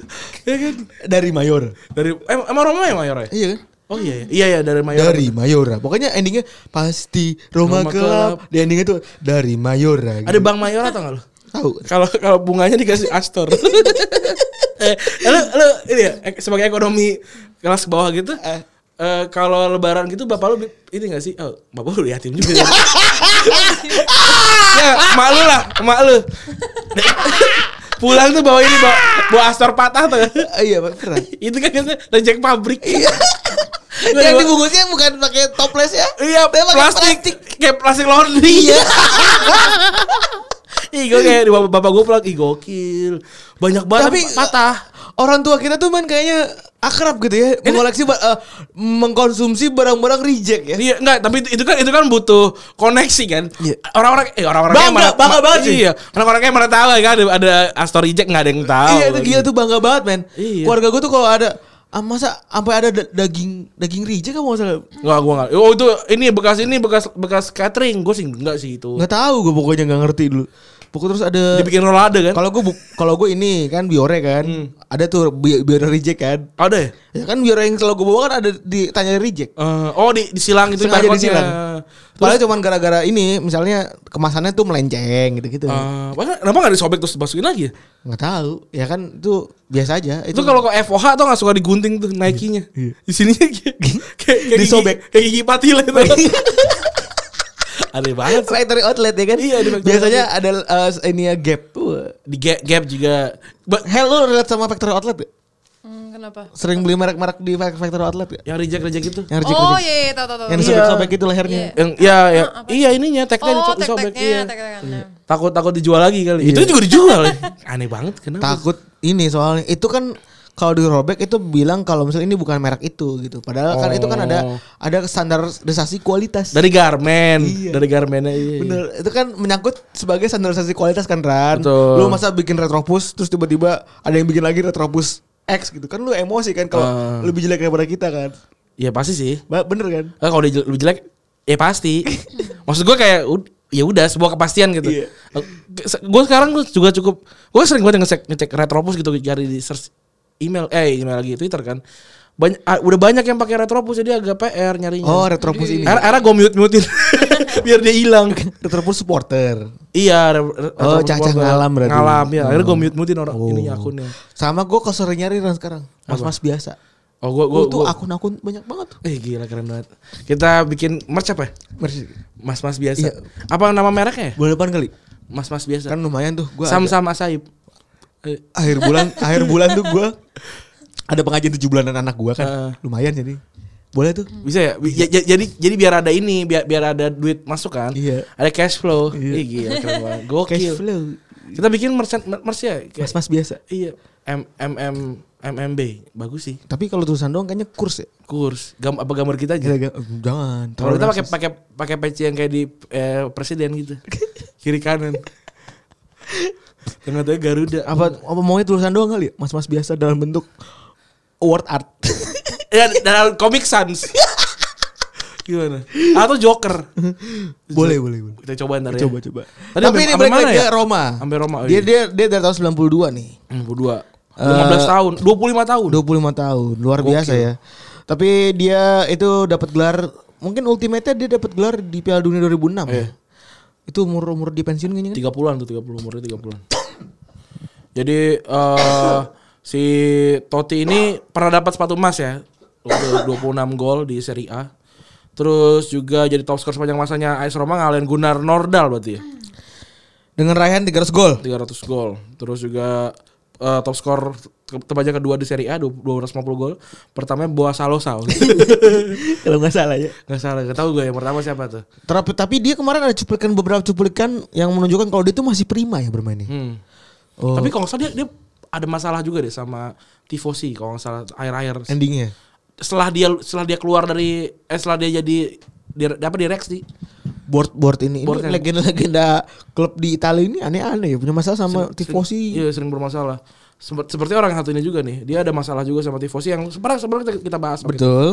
S2: Ya kan?
S3: dari Mayor
S2: Dari em- emang Roma ya Mayor ya?
S3: iya kan
S2: Oh iya iya. Iya iya dari Mayor.
S3: dari Mayora pokoknya endingnya pasti Roma,
S2: Roma
S3: Club. di endingnya tuh dari Mayora
S2: Ada Bang Mayor atau enggak lu?
S3: tahu
S2: Kalau kalau bunganya dikasih Astor. eh, lu lu ini ya ek- sebagai ekonomi kelas bawah gitu. Eh. kalau lebaran gitu bapak lu bi- ini gak sih? Oh, bapak lu yatim juga. ya, ya mak lu lah, mak lu. Pulang tuh bawa ini bawa, bawa Astor patah tuh.
S3: Ah, iya Pak, keren
S2: Itu kan biasanya reject pabrik. Nggak
S3: yang
S2: dibawa-
S3: dibungkusnya bukan pakai toples ya
S2: Iya,
S3: Dia pakai
S2: plastik. Kayak plastik laundry.
S3: Iya.
S2: Ih, gue kayak di bapak, bapak gue pulang, ih gokil. Banyak banget
S3: tapi patah orang tua kita tuh man kayaknya akrab gitu ya mengoleksi ba- eh, mengkonsumsi barang-barang reject ya
S2: Iya, enggak, tapi itu, itu kan itu kan butuh koneksi kan.
S3: Iya.
S2: Orang-orang eh orang-orang
S3: Bangga,
S2: yang mana-
S3: bangga
S2: ma-
S3: banget sih.
S2: Iya, orang-orang yang mana tahu kan ada, ada Astor Eject enggak ada yang tahu. kan.
S3: Iya itu gila tuh bangga banget men.
S2: Iya.
S3: Keluarga gue tuh kalau ada ah, masa sampai ada da- daging daging reject kamu nggak salah
S2: Enggak, gua enggak. Oh, itu ini bekas ini bekas bekas catering. Gue sih enggak sih itu.
S3: nggak tahu gue pokoknya nggak ngerti dulu. Pokoknya terus ada
S2: Dibikin rolade kan?
S3: kalau gue bu- kalau gue ini kan biore kan ada tuh bi- biore reject kan.
S2: ada ya?
S3: Ya kan biore yang selalu gue bawa kan ada ditanya reject.
S2: Eh, oh di disilang itu
S3: Sengaja
S2: barcode-nya.
S3: disilang. Padahal cuman gara-gara ini misalnya kemasannya tuh melenceng gitu-gitu.
S2: Eh, bahkan kenapa enggak disobek terus dimasukin lagi ya?
S3: Nggak tahu. Ya kan itu biasa aja.
S2: Itu kalau ke FOH tuh gak suka digunting tuh Nike-nya.
S3: Iya.
S2: Di sini kayak, kayak, kayak
S3: Disobek.
S2: Gigi, kayak gigi patil itu. Aneh banget. sih.
S3: factory outlet ya kan?
S2: Iya, di factory
S3: Biasanya ada eh, ini ya gap. Wah.
S2: Di gap, gap juga. Ba-
S3: Hel lu relate sama factory outlet ya?
S4: Hmm, kenapa?
S3: Sering beli merek-merek di factory outlet ya?
S2: yang reject-reject itu.
S3: Yang reject
S4: Oh iya, iya, tahu tahu tahu.
S3: Yang
S4: Iya.
S3: disobek-sobek itu lehernya.
S2: Yang ya, ya iya ininya tagnya
S4: Oh,
S2: disobek disobek
S4: tek-teknya,
S2: iya.
S4: tek-tekannya.
S2: Takut takut dijual lagi kali.
S3: Iya.
S2: Itu juga dijual. ya. Aneh banget kenapa?
S3: Takut ini soalnya itu kan kalau dirobek itu bilang kalau misalnya ini bukan merek itu gitu. Padahal kan itu kan ada
S2: Oh.
S3: ada standarisasi kualitas.
S2: Dari garmen,
S3: Iya.
S2: dari garmennya iya.
S3: Bener, itu kan menyangkut sebagai standarisasi kualitas kan Ran.
S2: Betul.
S3: Lu masa bikin retropus terus tiba-tiba ada yang bikin lagi retropus X gitu kan lu emosi kan kalau
S2: Ah.
S3: lebih jelek daripada kita kan.
S2: Iya pasti sih.
S3: Ba- Bener kan?
S2: Eh, kalau dia jel- lebih jelek, ya pasti. Maksud gue kayak ud- ya udah sebuah kepastian gitu.
S3: Iya.
S2: Gue sekarang gua juga cukup gue sering banget ngecek ngecek retropus gitu cari di search email eh email lagi Twitter kan. Banyak ah, udah banyak yang pakai retropus jadi agak PR nyarinya.
S3: Oh, retropus ini.
S2: Era, gue mute mutein biar dia hilang.
S3: Retropus supporter.
S2: Iya. re- re-
S3: Oh,
S2: retropus
S3: cacah
S2: gua-
S3: ngalam berarti. Oh.
S2: Ngalam ya. Akhirnya gue mute mutein orang ini akunnya.
S3: Sama gue kok sering nyari Ran sekarang. Mas-mas biasa.
S2: Oh gue gue
S3: Gue tuh akun-akun banyak banget tuh.
S2: Eh gila keren banget. Kita bikin merch apa ya?
S3: Merci.
S2: Mas-mas biasa.
S3: Iya.
S2: Apa nama mereknya? ya?
S3: Bulan depan kali.
S2: mas-mas biasa.
S3: Kan lumayan tuh gua. ada-
S2: Sam-sam Asaib. Eh,
S3: akhir bulan akhir bulan tuh gua ada pengajian tujuh bulanan anak gua kan.
S2: Heeh.
S3: Lumayan jadi. Boleh tuh.
S2: bisa ya Bi- ja- ja- jadi jadi biar ada ini biar biar ada duit masuk kan
S3: Iya.
S2: ada cash flow
S3: Iya.
S2: Ih, gila, keren banget.
S3: Cash
S2: gokil
S3: flow.
S2: kita bikin merchant mer- merch ya kayak-
S3: Mas-mas biasa.
S2: iya M M M MMB bagus sih
S3: Tapi kalau tulisan doang kayaknya kurs ya.
S2: kurs gam apa gambar kita aja
S3: Gila, gila. Iya, "Eh, Jangan.
S2: kalau kita pakai
S3: rasis.
S2: pakai pakai peci yang kayak di eh, presiden gitu kiri kanan Eh, tengah tengah Garuda
S3: apa apa maunya tulisan doang kali ya? Mas-mas biasa dalam bentuk word art.
S2: ya dalam Comic Sans gimana atau Joker
S3: boleh, boleh, boleh.
S2: kita coba ntar ya
S3: Coba coba.
S2: Tadi
S3: Tapi
S2: sampai-
S3: ini
S2: sampai
S3: balik
S2: mana
S3: lagi
S2: ya?
S3: ke Roma.
S2: Sampai Roma, oh
S3: Dia
S2: iya.
S3: Eh,
S2: Hmm,
S3: dia dia dari tahun 92 nih.
S2: 22 15 tahun 25 tahun
S3: 25 tahun. Luar biasa ya. Tapi dia itu dapat gelar mungkin ultimate dia dapat gelar di Piala Dunia 2006
S2: Oh,
S3: ya.
S2: iya.
S3: Itu umur-umur di pensiun kayaknya kan.
S2: 30-an tuh 30 umurnya 30-an. Jadi eh si Totti ini pernah dapat sepatu emas ya. Waktu 26 gol di Serie A. Terus juga jadi top skor sepanjang masanya AS Roma ngalahin Gunnar Nordahl berarti ya.
S3: Dengan raihan 300 gol.
S2: 300 gol. Terus juga eh, top skor te- terbanyak kedua di Serie A 250 gol. Pertamanya Boa Salosa.
S3: Kalau nggak salah ya.
S2: Gak salah, gak tau gue yang pertama siapa tuh.
S3: Tapi, tapi dia kemarin ada cuplikan beberapa cuplikan yang menunjukkan kalau dia tuh masih prima ya bermainnya.
S2: Hmm.
S3: Oh.
S2: Tapi kalau nggak salah dia, dia ada masalah juga deh sama tifosi kalau nggak salah air-air
S3: Endingnya.
S2: setelah dia setelah dia keluar dari eh setelah dia jadi di, apa di Rex di
S3: board board ini
S2: Board
S3: ini
S2: yang-
S3: legenda-legenda klub di Italia ini aneh-aneh ya punya masalah sama tifosi
S2: Iya sering bermasalah. Semper- seperti orang yang satu ini juga nih, dia ada masalah juga sama tifosi yang sebenarnya sebenarnya kita, kita bahas. waktu itu.
S3: betul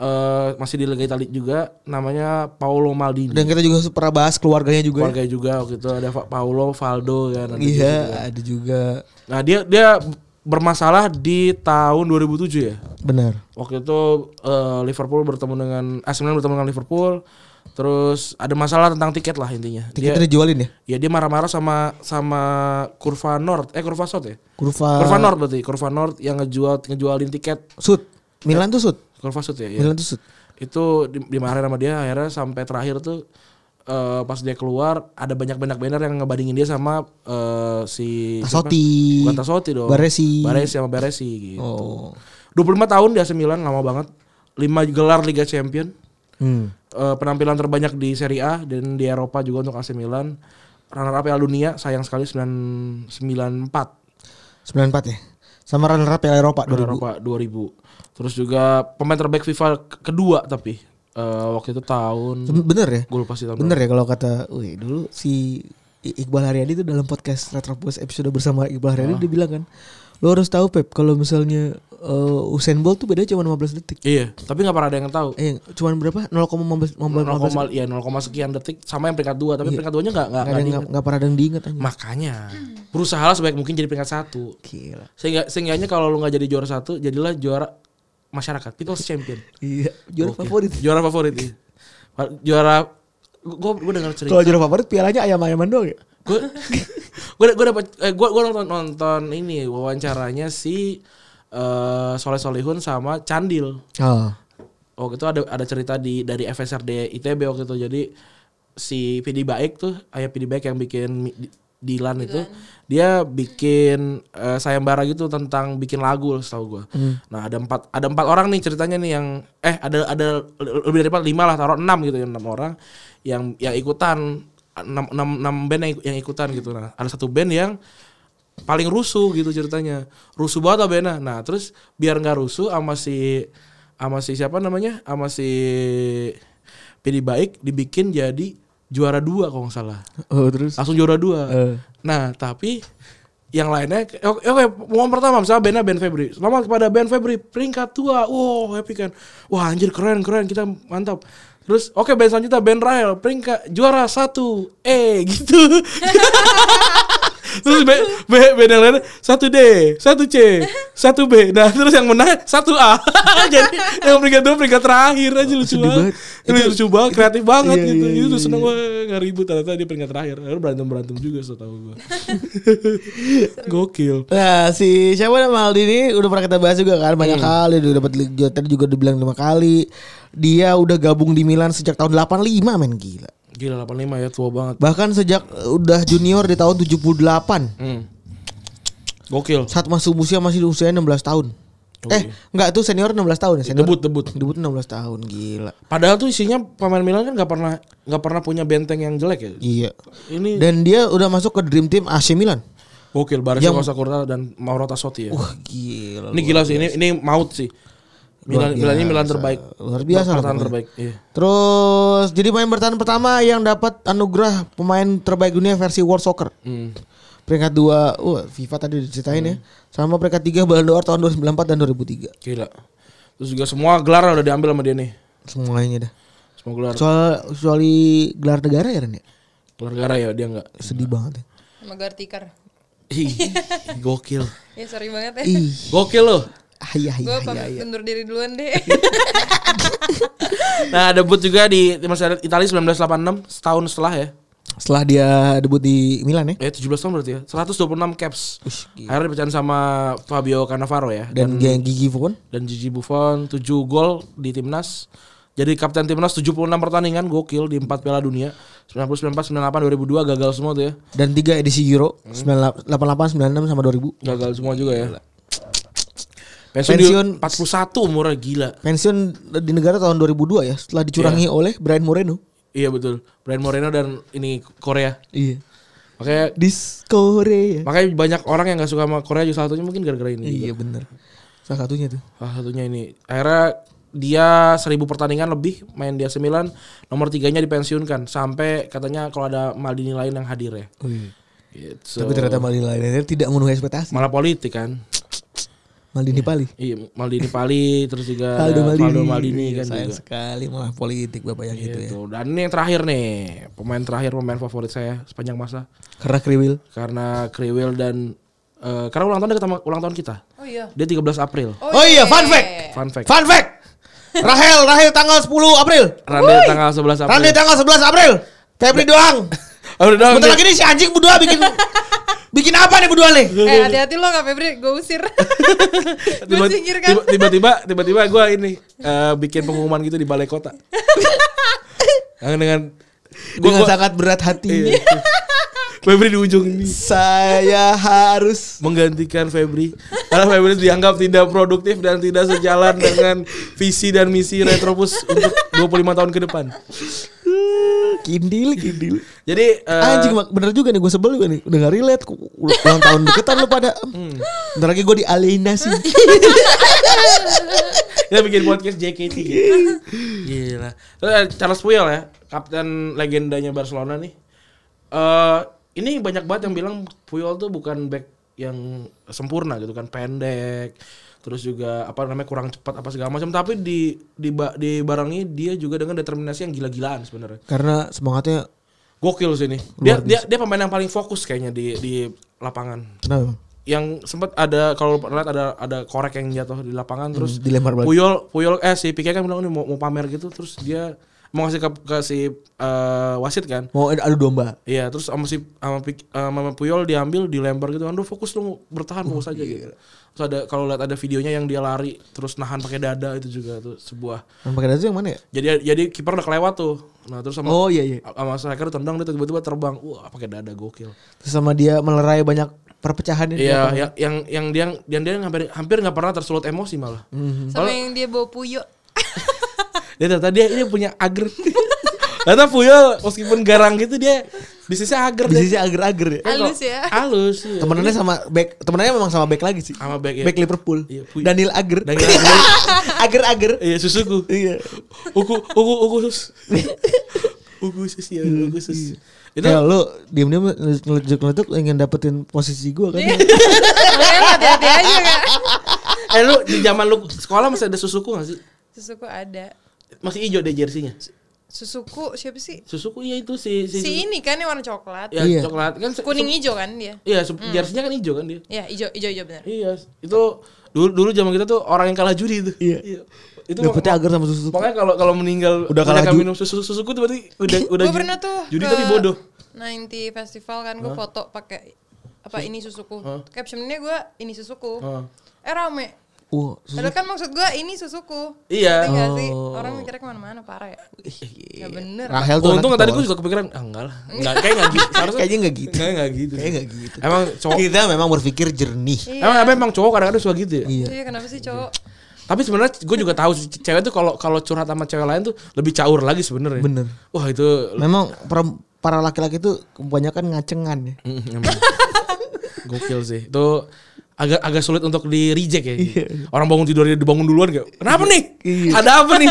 S2: Eh, masih di Liga Italia juga namanya Paolo Maldini.
S3: dan kita juga pernah bahas keluarganya juga ya.
S2: keluarga juga waktu itu ada Fa- Paolo Valdo kan. ada
S3: iya
S2: juga.
S3: ada juga
S2: Nah, dia dia bermasalah di tahun 2007 ya.
S3: benar
S2: Waktu itu eh, Liverpool bertemu dengan AC Milan bertemu dengan Liverpool. Terus ada masalah tentang tiket lah intinya. Dia-
S3: tiketnya dijualin ya
S2: Ya dia marah-marah sama sama Kurva North, eh Kurva South ya?
S3: kurva
S2: Kurva North berarti, Kurva North yang ngejual ngejualin tiket
S3: sud Milan tuh sud
S2: Kurva South ya. ya.
S3: Milan tuh sud
S2: Itu di- dimarahin sama dia akhirnya sampai terakhir tuh eh, pas dia keluar ada banyak banyak banner yang ngebandingin dia sama eh, si siapa?
S3: Tassotti.
S2: Bukan Tasoti dong.
S3: Baresi.
S2: Baresi sama Baresi gitu.
S3: oh
S2: 25 tahun dia 9 lama banget. 5 gelar Liga Champion.
S3: hmm.
S2: Eh, penampilan terbanyak di Serie A dan di Eropa juga untuk AC Milan. Runner up Piala Dunia sayang sekali 9 94
S3: 94 ya sama runner up Piala Eropa
S2: Piala
S3: 2000
S2: Eropa 2000. Terus juga pemain terbaik FIFA ke- kedua tapi eh, waktu itu tahun
S3: Seben- bener ya
S2: gue lupa sih tahun
S3: bener ya kalau kata wih dulu si I- Iqbal Haryadi itu dalam podcast Retropus episode bersama Iqbal Haryadi dia bilang kan lo harus tahu Pep kalau misalnya eh, Usain Bolt tuh beda cuma 15 detik
S2: berapa. Iya, tapi nggak pernah ada yang tahu.
S3: Eh, cuman berapa? 0,15 0,15
S2: 0, ya 0, sekian detik sama yang peringkat 2 tapi peringkat 2-nya nggak nggak
S3: Iya. Nggak ada
S2: nggak
S3: yang-
S2: diingat.
S3: nggak pernah ada yang diingat aja.
S2: Makanya berusahalah sebaik mungkin jadi peringkat satu.
S3: Gila.
S2: Sehingga seenggaknya kalau lu nggak jadi juara satu, jadilah juara masyarakat. People's Champion.
S3: Iya, juara
S2: Oke.
S3: favorit.
S2: Juara favorit iya. Fa- Juara gue gue dengar
S3: Kalau
S2: cerita.
S3: juara favorit pialanya ayam-ayaman doang ya.
S2: Gue gue gue dapat eh, gue gue nonton nonton ini wawancaranya si eh Soleh Solihun sama Candil.
S3: Oh.
S2: Waktu itu ada ada cerita di dari FSRD ITB waktu itu. Jadi si PD Baik tuh, ayah PD Baik yang bikin mi- di- Dilan itu dia bikin eh, sayembara gitu tentang bikin lagu setahu gua. Nah, ada empat ada empat orang nih ceritanya nih yang eh ada ada le- lebih dari empat lima lah taruh enam gitu ya enam orang yang yang ikutan enam enam enam band yang, ik- yang ikutan gitu nah ada satu band yang paling rusuh gitu ceritanya rusuh banget lah bandnya nah terus biar nggak rusuh sama si sama si siapa namanya sama si pilih baik dibikin jadi juara dua kalau nggak salah
S3: Oh, terus.
S2: langsung juara dua
S3: Eh.
S2: nah tapi yang lainnya oke oke momen pertama misalnya bandnya band Febri selamat kepada band Febri peringkat dua wow happy kan wah anjir keren keren kita mantap terus oke band selanjutnya band Rael peringkat juara satu eh gitu terus B, B, B yang lainnya satu D, satu C, satu B. Nah terus yang menang satu A. Jadi yang peringkat dua peringkat terakhir aja lucu
S3: sedih
S2: banget. Itu, lucu banget, kreatif banget
S3: iya,
S2: gitu.
S3: iya,
S2: itu
S3: iya,
S2: seneng gue nggak ribut ternyata dia peringkat terakhir. Lalu berantem berantem juga setahu gue. Gokil.
S3: Nah, si siapa nama Aldi ini udah pernah kita bahas juga kan banyak kali udah dapat Liga Jota, tadi juga dibilang lima kali. Dia udah gabung di Milan sejak tahun 85 men gila.
S2: Gila 85 ya tua banget.
S3: Bahkan sejak eh, udah junior di tahun 78.
S2: Hmm. Gokil.
S3: Saat masuk usia masih di usia 16 tahun. eh, enggak itu senior 16 tahun ya, senior.
S2: Debut debut.
S3: Debut 16 tahun, gila.
S2: Padahal tuh isinya pemain Milan kan nggak pernah nggak pernah punya benteng yang jelek ya.
S3: Iya.
S2: Ini
S3: Dan dia udah masuk ke dream team AC Milan.
S2: gokil
S3: Yang-
S2: Barcelona Sakura dan Mauro Tassotti ya.
S3: Wah, gila.
S2: ini gila sih ini ini maut sih. Milan Milan
S3: Luar
S2: ini Milan
S3: biasa.
S2: terbaik.
S3: Luar biasa lah
S2: Pertahanan
S3: pokoknya.
S2: terbaik. Iya.
S3: Terus jadi pemain bertahan pertama yang dapat anugerah pemain terbaik dunia versi World Soccer. Peringkat 2 wah FIFA tadi diceritain ya. Sama peringkat 3 Ballon d'Or tahun 2094 dan 2003.
S2: Gila. Terus juga semua gelar udah diambil sama dia nih.
S3: Semuanya dah.
S2: Semua gelar.
S3: Soal kecuali gelar negara ya Ren ya?
S2: Gelar negara ya dia nggak.
S3: Sedih banget ya.
S4: Sama Gartikar.
S2: Ih, gokil.
S4: Ya sorry banget
S2: Iya.
S4: ya.
S3: Ih,
S2: Gokil loh.
S3: ayah
S4: Gue
S2: Iya,
S3: ayah ayah.
S4: pamit
S3: ayah.
S4: undur diri duluan deh.
S2: Nah, debut juga di di masa Italia 1986 setahun setelah ya.
S3: Setelah dia debut di Milan ya.
S2: Eh 17 tahun berarti ya. 126 caps. Akhirnya dipecahin sama Fabio Cannavaro ya dan
S3: Dan geng Gigi Buffon
S2: dan Gigi Buffon 7 gol di timnas. Jadi kapten timnas 76 pertandingan gokil di 4 Piala Dunia. 99, 98, 2002 gagal semua tuh ya.
S3: dan 3 edisi Euro 98 96 sama 2000.
S2: Gagal semua juga ya. Pensiun, di
S3: Pensiun.
S2: 41 umurnya gila.
S3: Pensiun di negara tahun 2002 ya setelah dicurangi oleh Brian Moreno.
S2: Iya betul. Brian Moreno dan ini Korea.
S3: Iya.
S2: Makanya
S3: Di Korea.
S2: makanya banyak orang yang nggak suka sama Korea juga salah satunya mungkin gara-gara ini. juga.
S3: Iya bener Salah satunya tuh.
S2: Salah satunya ini. Akhirnya dia seribu pertandingan lebih main dia 9 nomor tiganya dipensiunkan sampai katanya kalau ada Maldini lain yang hadir ya.
S3: Oh, iya.
S2: Gitu.
S3: Tapi ternyata Maldini lainnya tidak memenuhi ekspektasi.
S2: malah politik kan.
S3: Maldini Pali.
S2: Iya, Maldini Pali terus juga
S3: Eh, Aldo Maldini.
S2: Faldo Maldini kan
S3: Iya, Sayang
S2: juga.
S3: sekali malah politik bapak yang gitu ya.
S2: Gitu. Dan ini yang terakhir nih, pemain terakhir pemain favorit saya sepanjang masa
S3: Karena kriwil.
S2: karena Kriwil dan eh, karena ulang tahun dekat sama ulang tahun kita.
S4: Oh iya.
S2: Dia 13 April.
S3: Oh, iya, fun fact.
S2: Fun fact.
S3: Fun fact. Rahel, Rahel tanggal 10 April.
S2: Rande tanggal 11 April.
S3: Rande tanggal 11 April. Febri doang.
S2: Oh, udah dong, dia-
S3: Bentar lagi nih si anjing berdua bikin bikin apa nih berdua nih?
S2: Iya,
S4: Eh hati-hati lo Kak Febri, gue usir. gue
S2: Tiba-
S4: singkirkan.
S2: tiba- tiba-tiba tiba-tiba gue ini eh, bikin pengumuman gitu di balai kota yang dengan gue
S3: Dengan sangat berat hati.
S2: Iya. Febri di ujung ini
S3: Saya harus
S2: menggantikan Febri karena Febri dianggap tidak produktif dan tidak sejalan dengan visi dan misi Retropus untuk 25 tahun ke depan
S3: kindil kindil.
S2: jadi eh,
S3: Anjing mak- bener juga nih gue sebel juga nih udah gak relate Ku- ul- ulang tahun deketan lu pada
S2: Hmm.
S3: bentar lagi gue dialienasi
S2: kita bikin podcast JKT gitu. Gila. Terus ada Charles Puyol ya, kapten legendanya Barcelona nih. Eh ini banyak banget yang bilang Puyol tuh bukan back yang sempurna gitu kan, pendek. Terus juga apa namanya kurang cepat apa segala macam, tapi di di ba- dibarengi dia juga dengan determinasi yang gila-gilaan sebenarnya.
S3: karena semangatnya
S2: Gokil sih ini. Dia dia dia pemain yang paling fokus kayaknya di di lapangan
S3: kenapa
S2: yang sempat ada kalau lu lihat ada ada korek yang jatuh di lapangan terus
S3: dilempar balik.
S2: Puyol Puyol eh si Pique kan bilang ini mau, mau pamer gitu terus dia mau ngasih ke, ke si eh, wasit kan.
S3: mau ada adu domba
S2: Iya, terus sama si sama, Pique- sama Puyol diambil dilempar gitu. Aduh, fokus lu bertahan fokus aja gitu. Terus ada kalau lihat ada videonya yang dia lari terus nahan pakai dada itu juga tuh sebuah.
S3: yang pakai dasi yang mana ya
S2: Jadi jadi kiper udah kelewat tuh. Nah, terus sama
S3: oh iya iya
S2: sama striker tendang dia tiba-tiba terbang. Wah, pakai dada gokil.
S3: terus sama dia melerai banyak perpecahan ini
S2: Iya, ya- yang yang dia yang dia hampir hampir nggak pernah tersulut emosi malah.
S4: Sama yang dia bawa puyuh.
S2: Dia ternyata dia ini punya ager. ternyata Puyol meskipun garang gitu dia bisnisnya ager. dia.
S3: bisnisnya ager-ager ya
S2: Dia kok
S4: Halus ya.
S2: Halus. iya.
S3: temenannya sama back temenannya memang sama back lagi sih
S2: Sama back, ya.
S3: back Liverpool
S2: Iya, Puy.
S3: Daniel Ager
S2: Daniel Ager.
S3: ager-ager
S2: Iya susuku.
S3: iya
S2: Uku uku uku sus. uku sus ya
S3: Iya,
S2: uku sus. Itu
S3: Ya lu diem-diem ngelujuk-ngelujuk ingin dapetin posisi gue
S2: Iya,
S3: kan
S4: Makanya hati-hati aja kan? Kak.
S2: eh lu di zaman lu sekolah masih ada susuku gak sih?
S4: Susuku ada.
S2: Masih hijau deh jersinya.
S4: Susuku siapa sih?
S2: Susuku ya itu si si,
S4: Si ini kan yang warna coklat.
S2: ya
S3: Iya.
S2: coklat kan se-
S4: Kuning
S2: se-
S4: hijau kan dia?
S2: Iya, se- jersinya kan hijau kan dia.
S4: Ya, hijau hijau hijau benar.
S2: Iya, itu dulu dulu zaman kita tuh orang yang kalah judi itu.
S3: Iya.
S2: Itu
S3: dapetnya ager sama susu
S2: Pokoknya kalau kalau meninggal
S3: Udah kalah
S2: mereka
S3: ju-
S2: minum susu susuku tuh berarti udah udah
S4: Gue
S2: ju-
S4: pernah tuh
S2: judi
S4: ke
S2: tapi bodoh.
S4: 90 festival kan gue foto pakai apa ini susuku.
S2: Hah? Oh.
S4: Captionnya gue ini susuku.
S2: Hah.
S4: Eh rame.
S3: Wah,
S4: Padahal kan maksud gue ini susuku.
S2: Iya.
S4: Ngerti nggak sih? Orang mikirnya kemana-mana parah ya. Ya bener.
S3: Rahel tuh
S2: Untung
S3: anaknya
S2: tadi
S3: ketawa.
S2: gue juga kepikiran ah, enggak lah. Enggak kayak enggak gitu. Seharusnya
S3: kayaknya nggak gitu.
S2: Kayaknya enggak gitu.
S3: Kayaknya nggak gitu.
S2: Emang cowok
S3: Kita memang berpikir jernih.
S2: Emang apa emang cowok kadang-kadang suka gitu ya?
S3: Iya.
S4: Iya kenapa sih cowok?
S2: Tapi sebenarnya gue juga tahu sih, cewek tuh kalau kalau curhat sama cewek lain tuh lebih caur lagi sebenarnya.
S3: Bener.
S2: Wah itu
S3: Memang para- para laki-laki tuh kebanyakan ngacengan ya.
S2: Mm, emang. Gokil sih. Itu agak agak sulit untuk di reject ya.
S3: Iya.
S2: Orang bangun tidur dia dibangun duluan gak? Kenapa nih? Ada apa nih?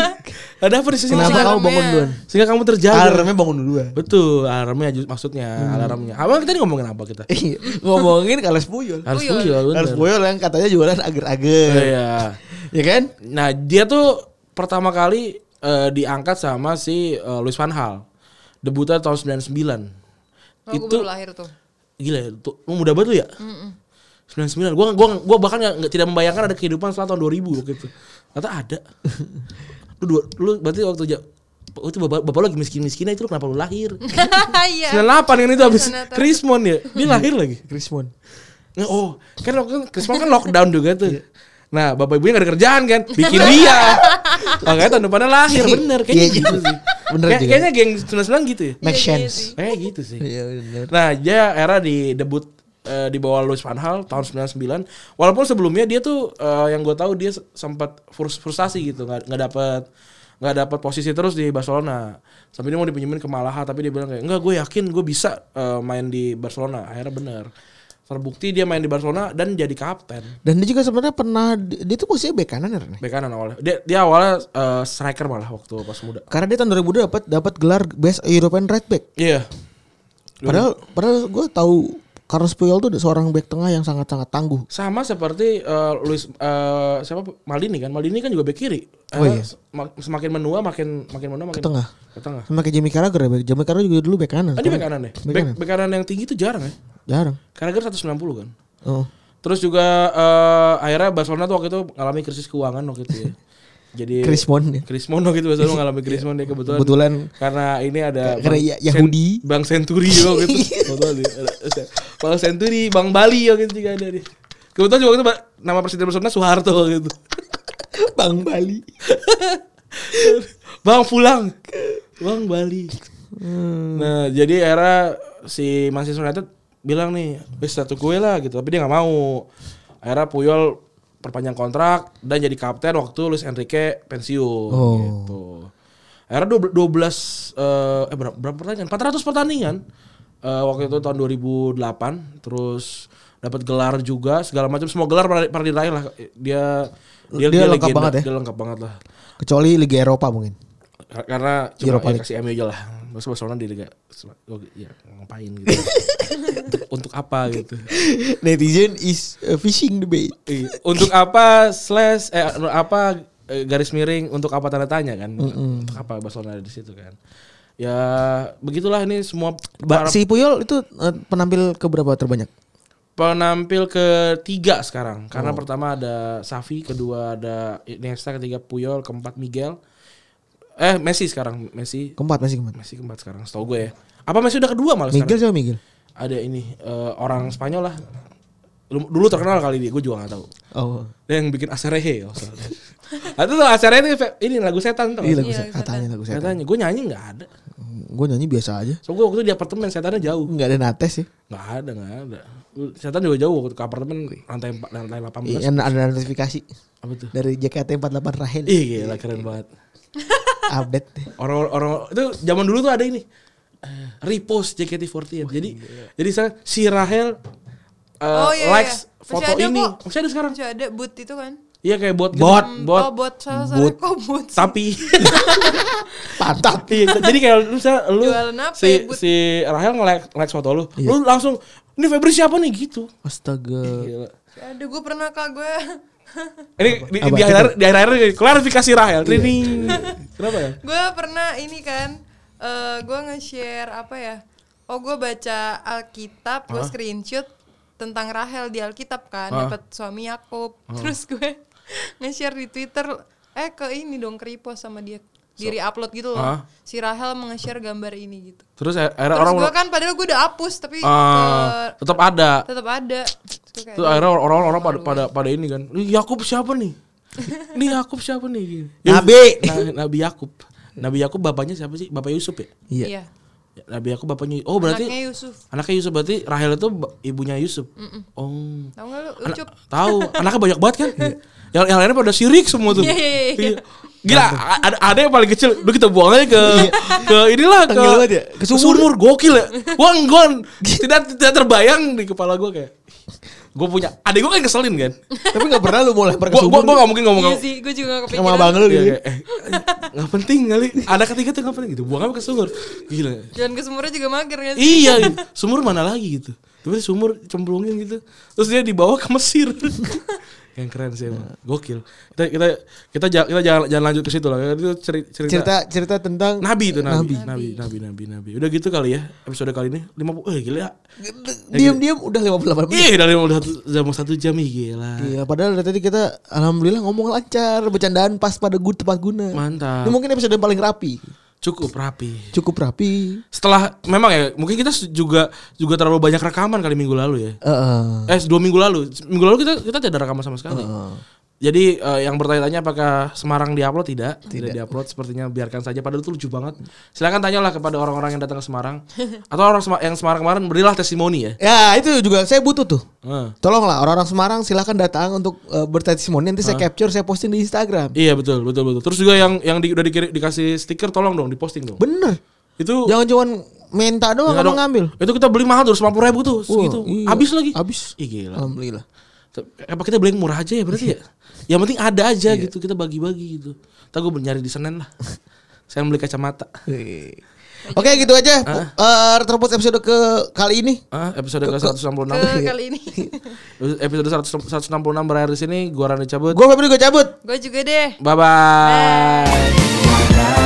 S2: Ada apa di sini?
S3: Kenapa
S2: Sehingga-
S3: kamu bangun
S4: alarmnya.
S3: duluan?
S2: Sehingga kamu terjaga.
S3: Alarmnya Iya, bangun duluan.
S2: Betul, alarmnya ju- maksudnya alarmnya. Abang kita ini ngomongin apa kita?
S3: Iya. Ngomongin Kales Puyol.
S2: Harus
S4: Puyol.
S2: puyol. bener.
S3: Kales Puyol yang katanya jualan agar-agar.
S2: Iya.
S3: Ya kan?
S2: Nah, dia tuh pertama kali eh, diangkat sama si eh, Luis Van Hal. Debutnya tahun 99.
S4: Kalau gue
S2: Itu-
S4: baru Oh, lahir tuh.
S2: Gila ya, tuh, lu muda banget lu ya? 99. Gua gua gua bahkan nggak- nggak- tidak membayangkan ada kehidupan setelah tahun 2000 waktu itu. Ternyata ada. lu dua, lu berarti waktu ja- itu bapak, bapak lu lagi miskin-miskinnya itu lu kenapa lu lahir?
S4: Iya.
S2: 98 kan itu habis
S4: Ternyata.
S2: Krismon ya. Dia lahir lagi.
S3: Krismon.
S2: Nah, oh, kan waktu itu Krismon kan lockdown juga tuh. Nah, bapak ibunya gak ada kerjaan kan? Bikin dia. Makanya tahun depannya lahir bener kayaknya
S3: Iya,
S2: gitu
S3: iya.
S2: sih.
S3: Bener
S2: Kayak-
S3: juga.
S2: Kayaknya geng 99 gitu ya.
S3: Make
S4: Iya,
S3: sense.
S2: Kayak gitu sih.
S3: Iya benar.
S2: Nah, dia era di debut eh, di bawah Louis Van Gaal tahun 99. Walaupun sebelumnya dia tuh eh, yang gue tahu dia sempat frus- frustasi gitu, nggak nggak dapat nggak dapat posisi terus di Barcelona. Sampai dia mau dipinjemin ke Malaha tapi dia bilang kayak enggak gue yakin gue bisa eh, main di Barcelona. Akhirnya bener. Terbukti dia main di Barcelona dan jadi kapten.
S3: Dan dia juga sebenarnya pernah dia tuh posisinya bek kanan ya, Ren?
S2: Bek kanan awalnya. Dia, dia awalnya eh, striker malah waktu pas muda.
S3: Karena dia tahun 2002 dapat dapat gelar Best European Right Back.
S2: Iya.
S3: Padahal padahal gue tahu Carlos Puyol tuh seorang back tengah yang sangat-sangat tangguh.
S2: sama seperti eh, Luis eh, siapa Maldini kan Maldini kan juga bek kiri
S3: Oh,
S2: Eh,
S3: iya.
S2: semak- semakin menua makin makin menua makin
S3: Ke tengah.
S2: ke tengah
S3: Sama kayak Jamie Carragher ya, back. Jamie Carragher juga dulu Oh, back kanan.
S2: tadi bek kanan deh
S3: Bek
S2: bek,
S3: kanan.
S2: bek kanan yang tinggi itu jarang ya
S3: Jarang.
S2: karena kan 190 kan
S3: Oh.
S2: terus juga eh, akhirnya Barcelona tuh waktu itu mengalami krisis keuangan waktu itu ya jadi
S3: Krismon ya. Iya.
S2: Krismon waktu itu Barcelona mengalami Krismon deh ya, kebetulan
S3: Kebetulan
S2: karena ini ada
S3: Karena
S2: Bang
S3: Ya- Yahudi.
S2: Sen- Bang Senturi juga gitu. Kebetulan dia ada- ada- Bang Senturi, Bang Bali ya gitu juga ada nih. Kebetulan juga waktu itu ba- nama presiden Barcelona Soeharto gitu.
S3: Bang Bali.
S2: Bang pulang. Bang Bali. Nah, jadi era si Manchester United bilang nih, wis satu gue lah gitu, tapi dia nggak mau. Era Puyol perpanjang kontrak dan jadi kapten waktu Luis Enrique pensiun
S3: Oh.
S2: gitu. Era 12 eh, eh berapa, berapa pertandingan? 400 pertandingan. Eh, waktu itu tahun 2008 terus dapat gelar juga segala macam semua gelar pernah, pernah diraih lah dia
S3: Dia lengkap
S2: legenda,
S3: banget ya?
S2: dia lengkap banget lah
S3: Kecuali Liga Eropa mungkin.
S2: Kar- karena
S3: Europa
S2: cuma ya
S3: League.
S2: kasih MU aja lah Masa Barcelona di Liga oh, ya, ngapain gitu untuk, untuk apa gitu
S3: Netizen is uh, fishing the bait.
S2: Iya. untuk apa slash eh apa eh, garis miring untuk apa tanda tanya kan untuk apa Barcelona ada di situ kan ya begitulah ini semua
S3: Ba-
S2: para
S3: si Puyol itu uh, penampil keberapa terbanyak?
S2: penampil ketiga sekarang
S3: Oh.
S2: karena pertama ada Safi kedua ada Iniesta ketiga Puyol keempat Miguel eh Messi sekarang Messi
S3: Keempat masih keempat.
S2: Messi keempat sekarang setahu gue ya apa Messi udah kedua malah
S3: Miguel
S2: sekarang
S3: siapa Miguel?
S2: ada ini eh, orang Spanyol lah Lu- dulu terkenal kali dia gue juga nggak tahu
S3: Oh.
S2: dia yang bikin Aserehe ya soalnya. Atau tuh Aserehe itu fe- ini lagu setan tuh.
S3: Iya lagu
S4: Iya,
S3: saya.
S4: lagu
S3: Katanya lagu saya.
S2: Katanya gue nyanyi nggak ada.
S3: Gue nyanyi biasa aja.
S2: So gue waktu itu di apartemen setannya jauh.
S3: Enggak ada nates ya.
S2: Nggak ada nggak ada. Setan juga jauh waktu ke apartemen lantai empat lantai delapan belas.
S3: Iya, ada notifikasi
S2: Apa tuh?
S3: dari JKT48 Rahel.
S2: Ih gila keren banget.
S3: Update.
S2: Orang orang itu zaman dulu tuh ada ini. eh, repost JKT48. jadi jadi saya si Rahel eh,
S4: Oh, iya,
S2: likes
S4: iya. Masih
S2: foto
S4: ada
S2: ini.
S4: kok.
S2: Masih ada sekarang.
S4: Masih ada boot itu kan.
S2: Iya kayak bot gitu.
S3: Bot.
S2: bot.
S4: Oh bot. Salah salah
S3: Boot.
S4: kok boot. sih?
S2: Tapi
S3: Mantap.
S2: Iya, jadi kayak lu misalnya lu
S4: Jualan apa
S2: si
S4: ya, Bud?
S2: si Rahel nge-like like foto lu, lu langsung ini Febri siapa nih gitu.
S3: Astaga.
S2: Gila.
S4: Masih Ada gue pernah kak gue.
S2: Ini di,
S3: Apa?
S2: di akhir di akhir klarifikasi Rahel. Ini Iya. kenapa ya?
S4: gue pernah ini kan. eh gue nge-share apa ya. Oh gue baca Alkitab. Gue screenshot tentang Rahel di Alkitab kan.
S2: Hah?
S4: Dapat suami Yakub. Terus gue nge-share di Twitter. Eh ke ini dong ke repost sama dia. di re-upload gitu loh.
S2: Hah?
S4: Si Rahel nge-share gambar ini gitu.
S2: Terus a- akhirnya
S4: Terus
S2: orang
S4: gue kan padahal gue udah hapus tapi
S2: Ah, tetap ada.
S4: tetap ada. Terus gua kayak,
S2: Terus akhirnya orang-orang orang
S4: Iya.
S2: pada, pada pada ini kan. Ini Yakub siapa nih? Ini Yakub siapa nih?
S3: Nabi.
S2: Na- Nabi Yakub. Nabi Yakub bapaknya siapa sih? Bapak Yusuf ya?
S3: Iya.
S4: Iya.
S2: Ya, Nabi Yakub bapaknya. Oh, berarti
S4: Anaknya Yusuf.
S2: Anaknya Yusuf berarti Rahel itu ba- ibunya Yusuf. Oh.
S4: Tahu enggak lu?
S2: Anak-
S4: Ucup.
S2: Tahu. Anaknya banyak banget kan? yang yang lainnya pada sirik semua tuh.
S4: Iya, iya, iya, iya.
S2: Gila, a- ada, ada yang paling kecil. Udah kita buang aja ke ke inilah ke
S3: Tenggelam aja,
S2: ya? ke sumur. gokil ya. Gua gua tidak tidak terbayang di kepala gua kayak gue punya adik gue kan keselin kan
S3: Tapi gak pernah lu mulai
S2: gue gua
S3: perkesubur
S2: gua gak mungkin ngomong
S4: Iya sih, gue juga gak
S3: sama
S4: kepikiran.
S3: abang lu
S2: Iya,
S3: gitu.
S2: kayak, eh, nggak penting kali ada ketiga tuh nggak penting gitu buang apa ke sumur gila
S4: Dan ke sumurnya juga mager kan sih.
S2: Iya, gitu. sumur mana lagi gitu. Terus sumur cemplungin gitu. Terus dia dibawa ke Mesir. Yang keren sih emang. Gokil. Kita kita kita ja- kita jangan jangan lanjut ke situ lah. Itu ceri- cerita,
S3: Cerita cerita tentang
S2: Nabi itu nabi. Nabi. nabi, nabi, nabi, Udah gitu kali ya episode kali ini 50 eh gila.
S3: diam-diam udah 58 menit.
S2: Ih, dari udah satu- jam satu jam ih gila.
S3: Iya, padahal dari tadi kita alhamdulillah ngomong lancar, bercandaan pas pada gu tepat guna.
S2: Mantap.
S3: Ini mungkin episode yang paling rapi.
S2: Cukup rapi.
S3: Cukup rapi.
S2: Setelah memang ya mungkin kita juga juga terlalu banyak rekaman kali minggu lalu ya.
S3: Heeh.
S2: Eh dua minggu lalu, minggu lalu kita kita tidak rekaman sama
S3: Iya.
S2: sekali. Jadi eh, yang bertanya-tanya apakah Semarang diupload tidak? Tidak, diupload. Sepertinya biarkan saja. Padahal itu lucu banget. Silakan tanyalah kepada orang-orang yang datang ke Semarang atau orang Sema- yang Semarang kemarin berilah testimoni ya. Nah,
S3: Ya, itu juga saya butuh tuh.
S2: Heeh.
S3: Tolonglah orang-orang Semarang silahkan datang untuk eh, bertestimoni nanti saya capture saya posting di Instagram.
S2: Iya betul betul betul. Terus juga yang yang di- udah dikiri- dikasih stiker tolong dong diposting dong.
S3: Bener.
S2: Itu
S3: Jangan cuman minta doang
S2: Enggak
S3: kamu
S2: dong.
S3: ngambil.
S2: Itu kita beli mahal tuh 50 ribu tuh segitu.
S3: iya.
S2: Habis lagi.
S3: Habis.
S2: Ih gila.
S3: Alhamdulillah.
S2: Apa kita beli yang murah aja ya berarti ya? Yang penting ada aja
S3: Iya.
S2: gitu, kita bagi-bagi gitu. Entar gue nyari di Senen lah. Saya beli kacamata.
S3: Oke, gitu aja. Eh, Retropos episode ke kali ini.
S2: Ah, episode
S3: Ke- ke-
S4: Ke
S2: ke-166.
S4: kali ini.
S2: Iya. Episode 100 166 berakhir di sini. Gua Rani cabut.
S3: Gue Febri gue cabut.
S4: gue juga deh.
S2: Bye bye.